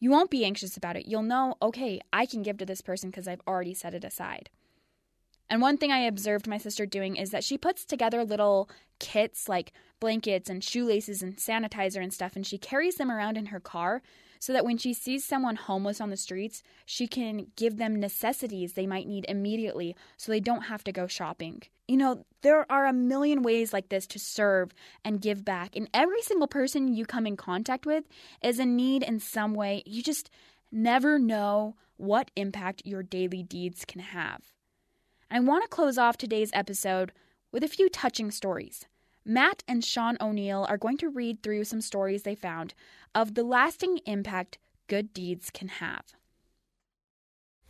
[SPEAKER 6] you won't be anxious about it. You'll know, okay, I can give to this person because I've already set it aside. And one thing I observed my sister doing is that she puts together little kits like blankets and shoelaces and sanitizer and stuff, and she carries them around in her car so that when she sees someone homeless on the streets, she can give them necessities they might need immediately so they don't have to go shopping. You know, there are a million ways like this to serve and give back, and every single person you come in contact with is in need in some way. You just never know what impact your daily deeds can have. I want to close off today's episode with a few touching stories. Matt and Sean O'Neill are going to read through some stories they found of the lasting impact good deeds can have.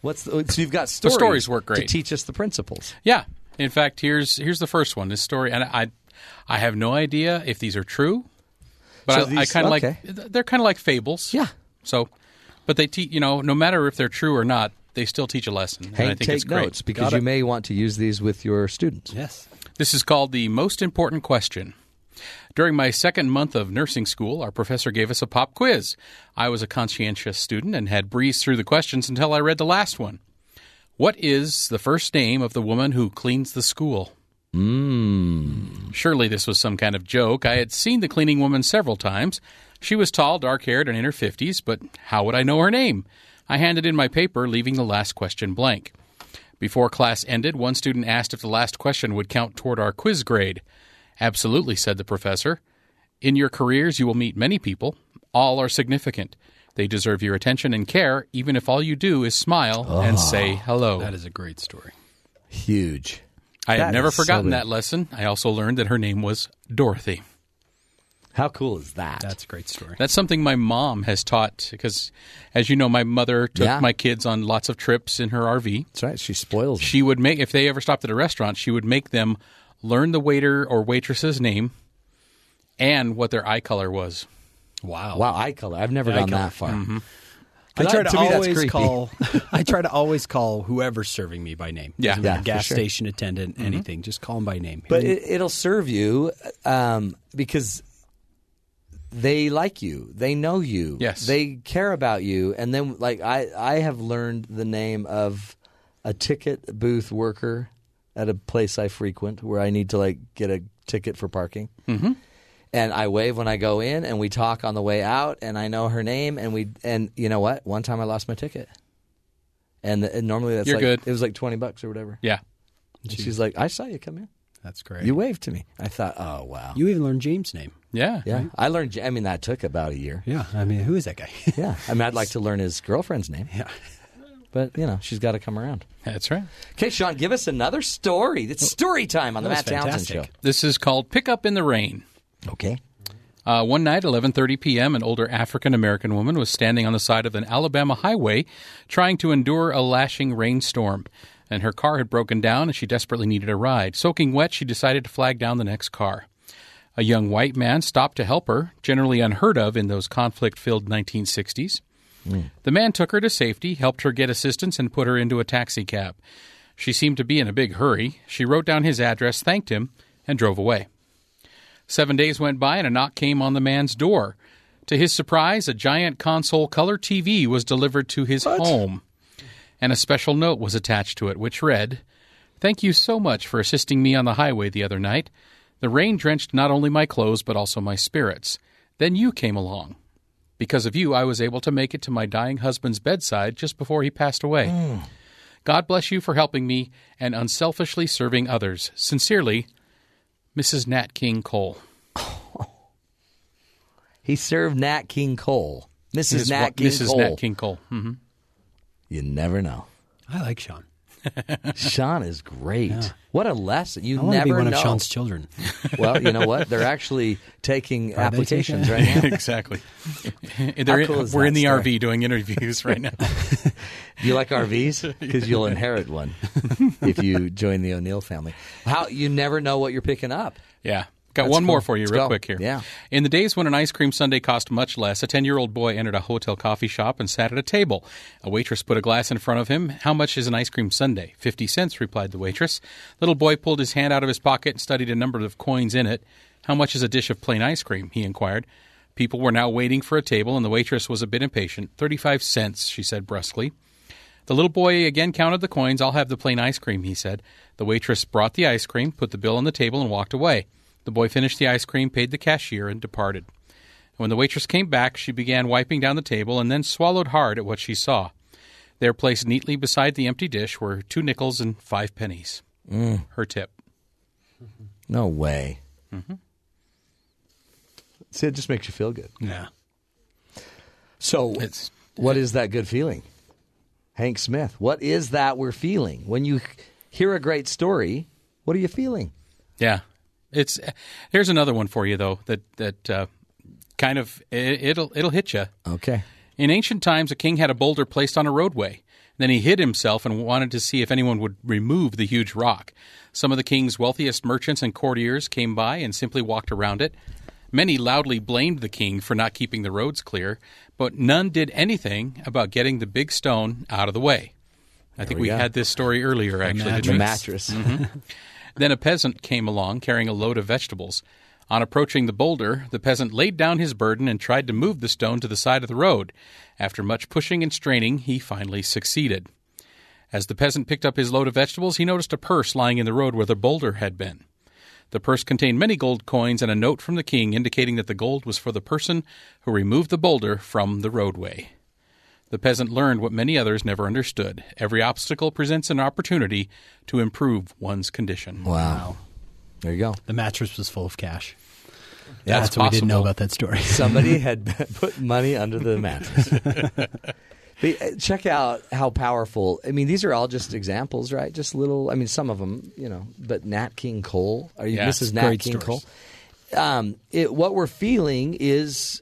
[SPEAKER 2] What's the, so you've got
[SPEAKER 10] The
[SPEAKER 2] stories?
[SPEAKER 10] stories work
[SPEAKER 2] to
[SPEAKER 10] great.
[SPEAKER 2] teach us the principles.
[SPEAKER 10] Yeah. In fact, here's here's the first one. This story, and I, I have no idea if these are true, but
[SPEAKER 2] So
[SPEAKER 10] I, I
[SPEAKER 2] these-
[SPEAKER 10] kind of
[SPEAKER 2] okay.
[SPEAKER 10] like they're kind of like fables.
[SPEAKER 2] Yeah.
[SPEAKER 10] So, but they teach you know no matter if they're true or not, they still teach a lesson. and I
[SPEAKER 2] Hank,
[SPEAKER 10] think it's
[SPEAKER 2] take
[SPEAKER 10] great.
[SPEAKER 2] notes because you may want to use these with your students.
[SPEAKER 3] Yes.
[SPEAKER 10] This is called the most important question. During my second month of nursing school, our professor gave us a pop quiz. I was a conscientious student and had breezed through the questions until I read the last one. What is the first name of the woman who cleans the school? Mmm. Surely this was some kind of joke. I had seen the cleaning woman several times. She was tall, dark haired, and in her 50s, but how would I know her name? I handed in my paper, leaving the last question blank. Before class ended, one student asked if the last question would count toward our quiz grade. Absolutely, said the professor. In your careers, you will meet many people. All are significant. They deserve your attention and care, even if all you do is smile and say hello.
[SPEAKER 3] That is a great story.
[SPEAKER 2] Huge.
[SPEAKER 10] I
[SPEAKER 2] that
[SPEAKER 10] have never
[SPEAKER 2] is so
[SPEAKER 10] forgotten
[SPEAKER 2] good.
[SPEAKER 10] that lesson. I also learned that her name was Dorothy.
[SPEAKER 2] How cool is that?
[SPEAKER 3] That's a great story.
[SPEAKER 10] That's something my mom has taught because, as you know, my mother took
[SPEAKER 2] Yeah.
[SPEAKER 10] my kids on lots of trips in her RV.
[SPEAKER 2] That's right. She spoils. it.
[SPEAKER 10] She would make, if they ever stopped at a restaurant, she would make them learn the waiter or waitress's name and what their eye color was.
[SPEAKER 3] Wow.
[SPEAKER 2] Wow, eye color. I've never
[SPEAKER 3] Eye
[SPEAKER 2] gone
[SPEAKER 3] color.
[SPEAKER 2] that far.
[SPEAKER 10] Mhm.
[SPEAKER 3] I try to,
[SPEAKER 2] To me, that's
[SPEAKER 3] always
[SPEAKER 2] creepy.
[SPEAKER 3] call. I try to always call whoever's serving me by name.
[SPEAKER 10] Yeah.
[SPEAKER 3] Doesn't matter,
[SPEAKER 2] Yeah, for
[SPEAKER 3] gas
[SPEAKER 2] sure. Mm-hmm.
[SPEAKER 3] station attendant, anything. Just call them by name.
[SPEAKER 2] But it, it'll serve you um, because they like you. They know you.
[SPEAKER 10] Yes.
[SPEAKER 2] They care about you. And then, like, I, I have learned the name of a ticket booth worker at a place I frequent where I need to, like, get a ticket for parking. Mm-hmm. And I wave when I go in, and we talk on the way out, and I know her name, and we and you know what? One time I lost my ticket, and, the, and normally that's
[SPEAKER 10] You're
[SPEAKER 2] like
[SPEAKER 10] good.
[SPEAKER 2] it was like twenty bucks or whatever.
[SPEAKER 10] Yeah.
[SPEAKER 2] And she's like, "I saw you come in."
[SPEAKER 3] that's great.
[SPEAKER 2] You
[SPEAKER 3] You,
[SPEAKER 2] waved to me. I thought, oh wow.
[SPEAKER 3] even learned James' name.
[SPEAKER 10] Yeah.
[SPEAKER 2] yeah, I learned. J- I mean, that took about a year.
[SPEAKER 3] Yeah. I mean, who is that guy?
[SPEAKER 2] Yeah, I mean, I'd like to learn his girlfriend's name,
[SPEAKER 3] yeah.
[SPEAKER 2] but you know, she's got to come around.
[SPEAKER 10] That's right.
[SPEAKER 2] Okay, Sean, give us another story. It's story time on the
[SPEAKER 3] Oh. That
[SPEAKER 2] Matt
[SPEAKER 3] was
[SPEAKER 2] Townsend
[SPEAKER 3] fantastic.
[SPEAKER 2] Show.
[SPEAKER 10] This is called Pick Up in the Rain.
[SPEAKER 2] Okay.
[SPEAKER 10] Uh, one night, 11:30 p.m., an older African American woman was standing on the side of an Alabama highway, trying to endure a lashing rainstorm. And her car had broken down, and she desperately needed a ride. Soaking wet, she decided to flag down the next car. A young white man stopped to help her, generally unheard of in those conflict-filled 1960s. The man took her to safety, helped her get assistance, and put her into a taxi cab. She seemed to be in a big hurry. She wrote down his address, thanked him, and drove away. Seven days went by and a knock came on the man's door. To his surprise, a giant console color TV was delivered to his home, and a special note was attached to it, which read Thank you so much for assisting me on the highway the other night. The rain drenched not only my clothes, but also my spirits. Then you came along. Because of you, I was able to make it to my dying husband's bedside just before he passed away.
[SPEAKER 2] Hmm.
[SPEAKER 10] God bless you for helping me and unselfishly serving others. Sincerely, Mrs. Nat King Cole.
[SPEAKER 2] He served Nat King Cole. Mrs.
[SPEAKER 10] His wa-
[SPEAKER 2] Nat King
[SPEAKER 10] Mrs.
[SPEAKER 2] Cole.
[SPEAKER 10] Nat King Cole. hmm
[SPEAKER 2] You never know.
[SPEAKER 3] I like Sean.
[SPEAKER 2] Sean is great. What a lesson. You
[SPEAKER 3] I want to
[SPEAKER 2] never
[SPEAKER 3] be one
[SPEAKER 2] know.
[SPEAKER 3] of Sean's children.
[SPEAKER 2] well, you know what? They're actually taking
[SPEAKER 3] Are they taking
[SPEAKER 2] applications
[SPEAKER 3] it?
[SPEAKER 2] right now.
[SPEAKER 10] exactly. They're in-
[SPEAKER 2] cool is
[SPEAKER 10] we're
[SPEAKER 2] that
[SPEAKER 10] in the
[SPEAKER 2] story?
[SPEAKER 10] RV doing interviews right now.
[SPEAKER 2] Do you like RVs? Because you'll inherit one if you join the O'Neill family. How you never know what you're picking up.
[SPEAKER 10] yeah. Got
[SPEAKER 2] That's
[SPEAKER 10] one more
[SPEAKER 2] cool.
[SPEAKER 10] for you,
[SPEAKER 2] Let's
[SPEAKER 10] real
[SPEAKER 2] go.
[SPEAKER 10] quick here.
[SPEAKER 2] Yeah.
[SPEAKER 10] In the days when an ice cream sundae cost much less, a 10 year old boy entered a hotel coffee shop and sat at a table. A waitress put a glass in front of him. How much is an ice cream sundae? 50 cents, replied the waitress. Little boy pulled his hand out of his pocket and studied a number of coins in it. How much is a dish of plain ice cream? he inquired. People were now waiting for a table, and the waitress was a bit impatient. 35 cents, she said brusquely. The little boy again counted the coins. I'll have the plain ice cream, he said. The waitress brought the ice cream, put the bill on the table, and walked away. The boy finished the ice cream, paid the cashier, and departed. When the waitress came back, she began wiping down the table and then swallowed hard at what she saw. There, placed neatly beside the empty dish, were two nickels and five pennies. Her tip.
[SPEAKER 2] No way. Mm-hmm. See, it just makes you feel good.
[SPEAKER 3] Yeah.
[SPEAKER 2] So,
[SPEAKER 10] It's-
[SPEAKER 2] what is that good feeling? Hank Smith, what is that we're feeling? When you hear a great story, what are you feeling?
[SPEAKER 10] Yeah, it's. Here's another one for you though. That that uh, kind of it, it'll it'll hit you.
[SPEAKER 2] Okay.
[SPEAKER 10] In ancient times, a king had a boulder placed on a roadway. Then he hid himself and wanted to see if anyone would remove the huge rock. Some of the king's wealthiest merchants and courtiers came by and simply walked around it. Many loudly blamed the king for not keeping the roads clear, but none did anything about getting the big stone out of the way. I think
[SPEAKER 2] we
[SPEAKER 10] we,
[SPEAKER 2] go.
[SPEAKER 10] had this story earlier, actually. didn't
[SPEAKER 2] The
[SPEAKER 10] we?
[SPEAKER 2] mattress.
[SPEAKER 10] Then a peasant came along carrying a load of vegetables. On approaching the boulder, the peasant laid down his burden and tried to move the stone to the side of the road. After much pushing and straining, he finally succeeded. As the peasant picked up his load of vegetables, he noticed a purse lying in the road where the boulder had been. The purse contained many gold coins and a note from the king indicating that the gold was for the person who removed the boulder from the roadway. The peasant learned what many others never understood every obstacle presents an opportunity to improve one's condition.
[SPEAKER 2] Wow. There you go.
[SPEAKER 3] The mattress was full of cash.
[SPEAKER 10] Yeah,
[SPEAKER 3] that's
[SPEAKER 10] it's
[SPEAKER 3] what we didn't know
[SPEAKER 10] possible.
[SPEAKER 3] about that story.
[SPEAKER 2] Somebody had put money under the mattress. but uh, check out how powerful. I mean, these are all just examples, right? Just little. I mean, some of them, you know. But Nat King Cole, are you
[SPEAKER 10] Yeah,
[SPEAKER 2] Mrs. Nat
[SPEAKER 3] great
[SPEAKER 2] King
[SPEAKER 3] stories.
[SPEAKER 2] Cole? Um, it, what we're feeling is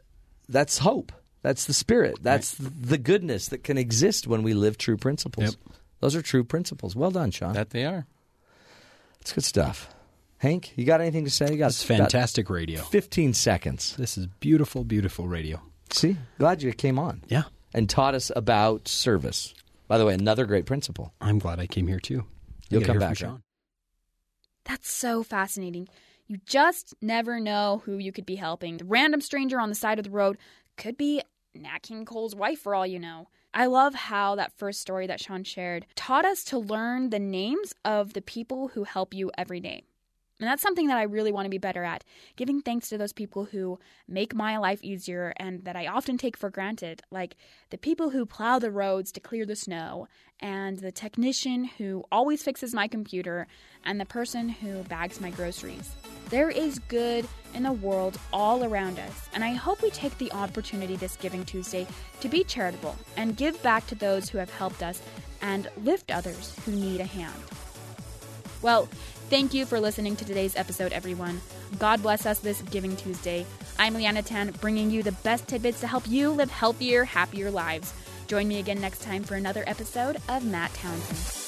[SPEAKER 2] that's hope. That's the spirit. That's the goodness that can exist when we live true principles.
[SPEAKER 3] Yep.
[SPEAKER 2] Those are true principles. Well done, Sean.
[SPEAKER 10] That they are.
[SPEAKER 2] That's good stuff. Hank, you got anything to say? You got
[SPEAKER 3] This is fantastic radio.
[SPEAKER 2] 15 seconds.
[SPEAKER 3] This is beautiful, beautiful radio.
[SPEAKER 2] See, glad you came on.
[SPEAKER 3] Yeah.
[SPEAKER 2] and taught us about service. By the way, another great principle.
[SPEAKER 3] I'm glad I came here too.
[SPEAKER 2] You'll come
[SPEAKER 3] gotta hear from
[SPEAKER 2] back,
[SPEAKER 3] Sean.
[SPEAKER 2] right?
[SPEAKER 6] That's so fascinating. You just never know who you could be helping. The random stranger on the side of the road could be Nat King Cole's wife for all you know. I love how that first story that Sean shared taught us to learn the names of the people who help you every day. And that's something that I really want to be better at giving thanks to those people who make my life easier and that I often take for granted, like the people who plow the roads to clear the snow, and the technician who always fixes my computer, and the person who bags my groceries. There is good in the world all around us, and I hope we take the opportunity this Giving Tuesday to be charitable and give back to those who have helped us and lift others who need a hand. Well, thank you for listening to today's episode, everyone. God bless us this Giving Tuesday. I'm Liana Tan, bringing you the best tidbits to help you live healthier, happier lives. Join me again next time for another episode of Matt Townsend.